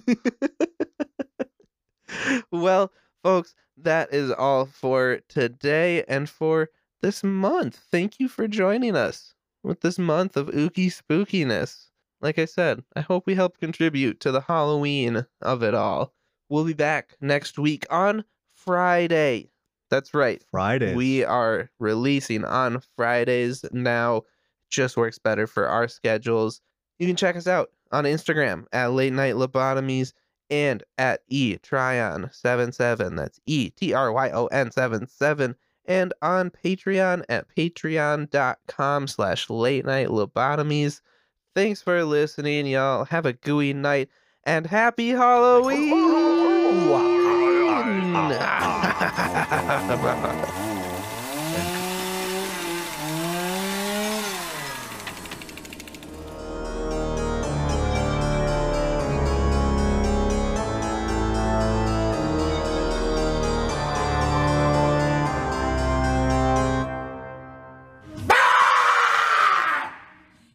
[SPEAKER 1] well, folks, that is all for today and for this month. Thank you for joining us with this month of ooky spookiness. Like I said, I hope we help contribute to the Halloween of it all. We'll be back next week on Friday. That's right.
[SPEAKER 2] Fridays.
[SPEAKER 1] We are releasing on Fridays now. Just works better for our schedules. You can check us out on Instagram at Late Night Lobotomies and at E Tryon77. That's E T R Y O N 77. And on Patreon at patreon.com slash late night lobotomies. Thanks for listening, y'all. Have a gooey night and happy Halloween!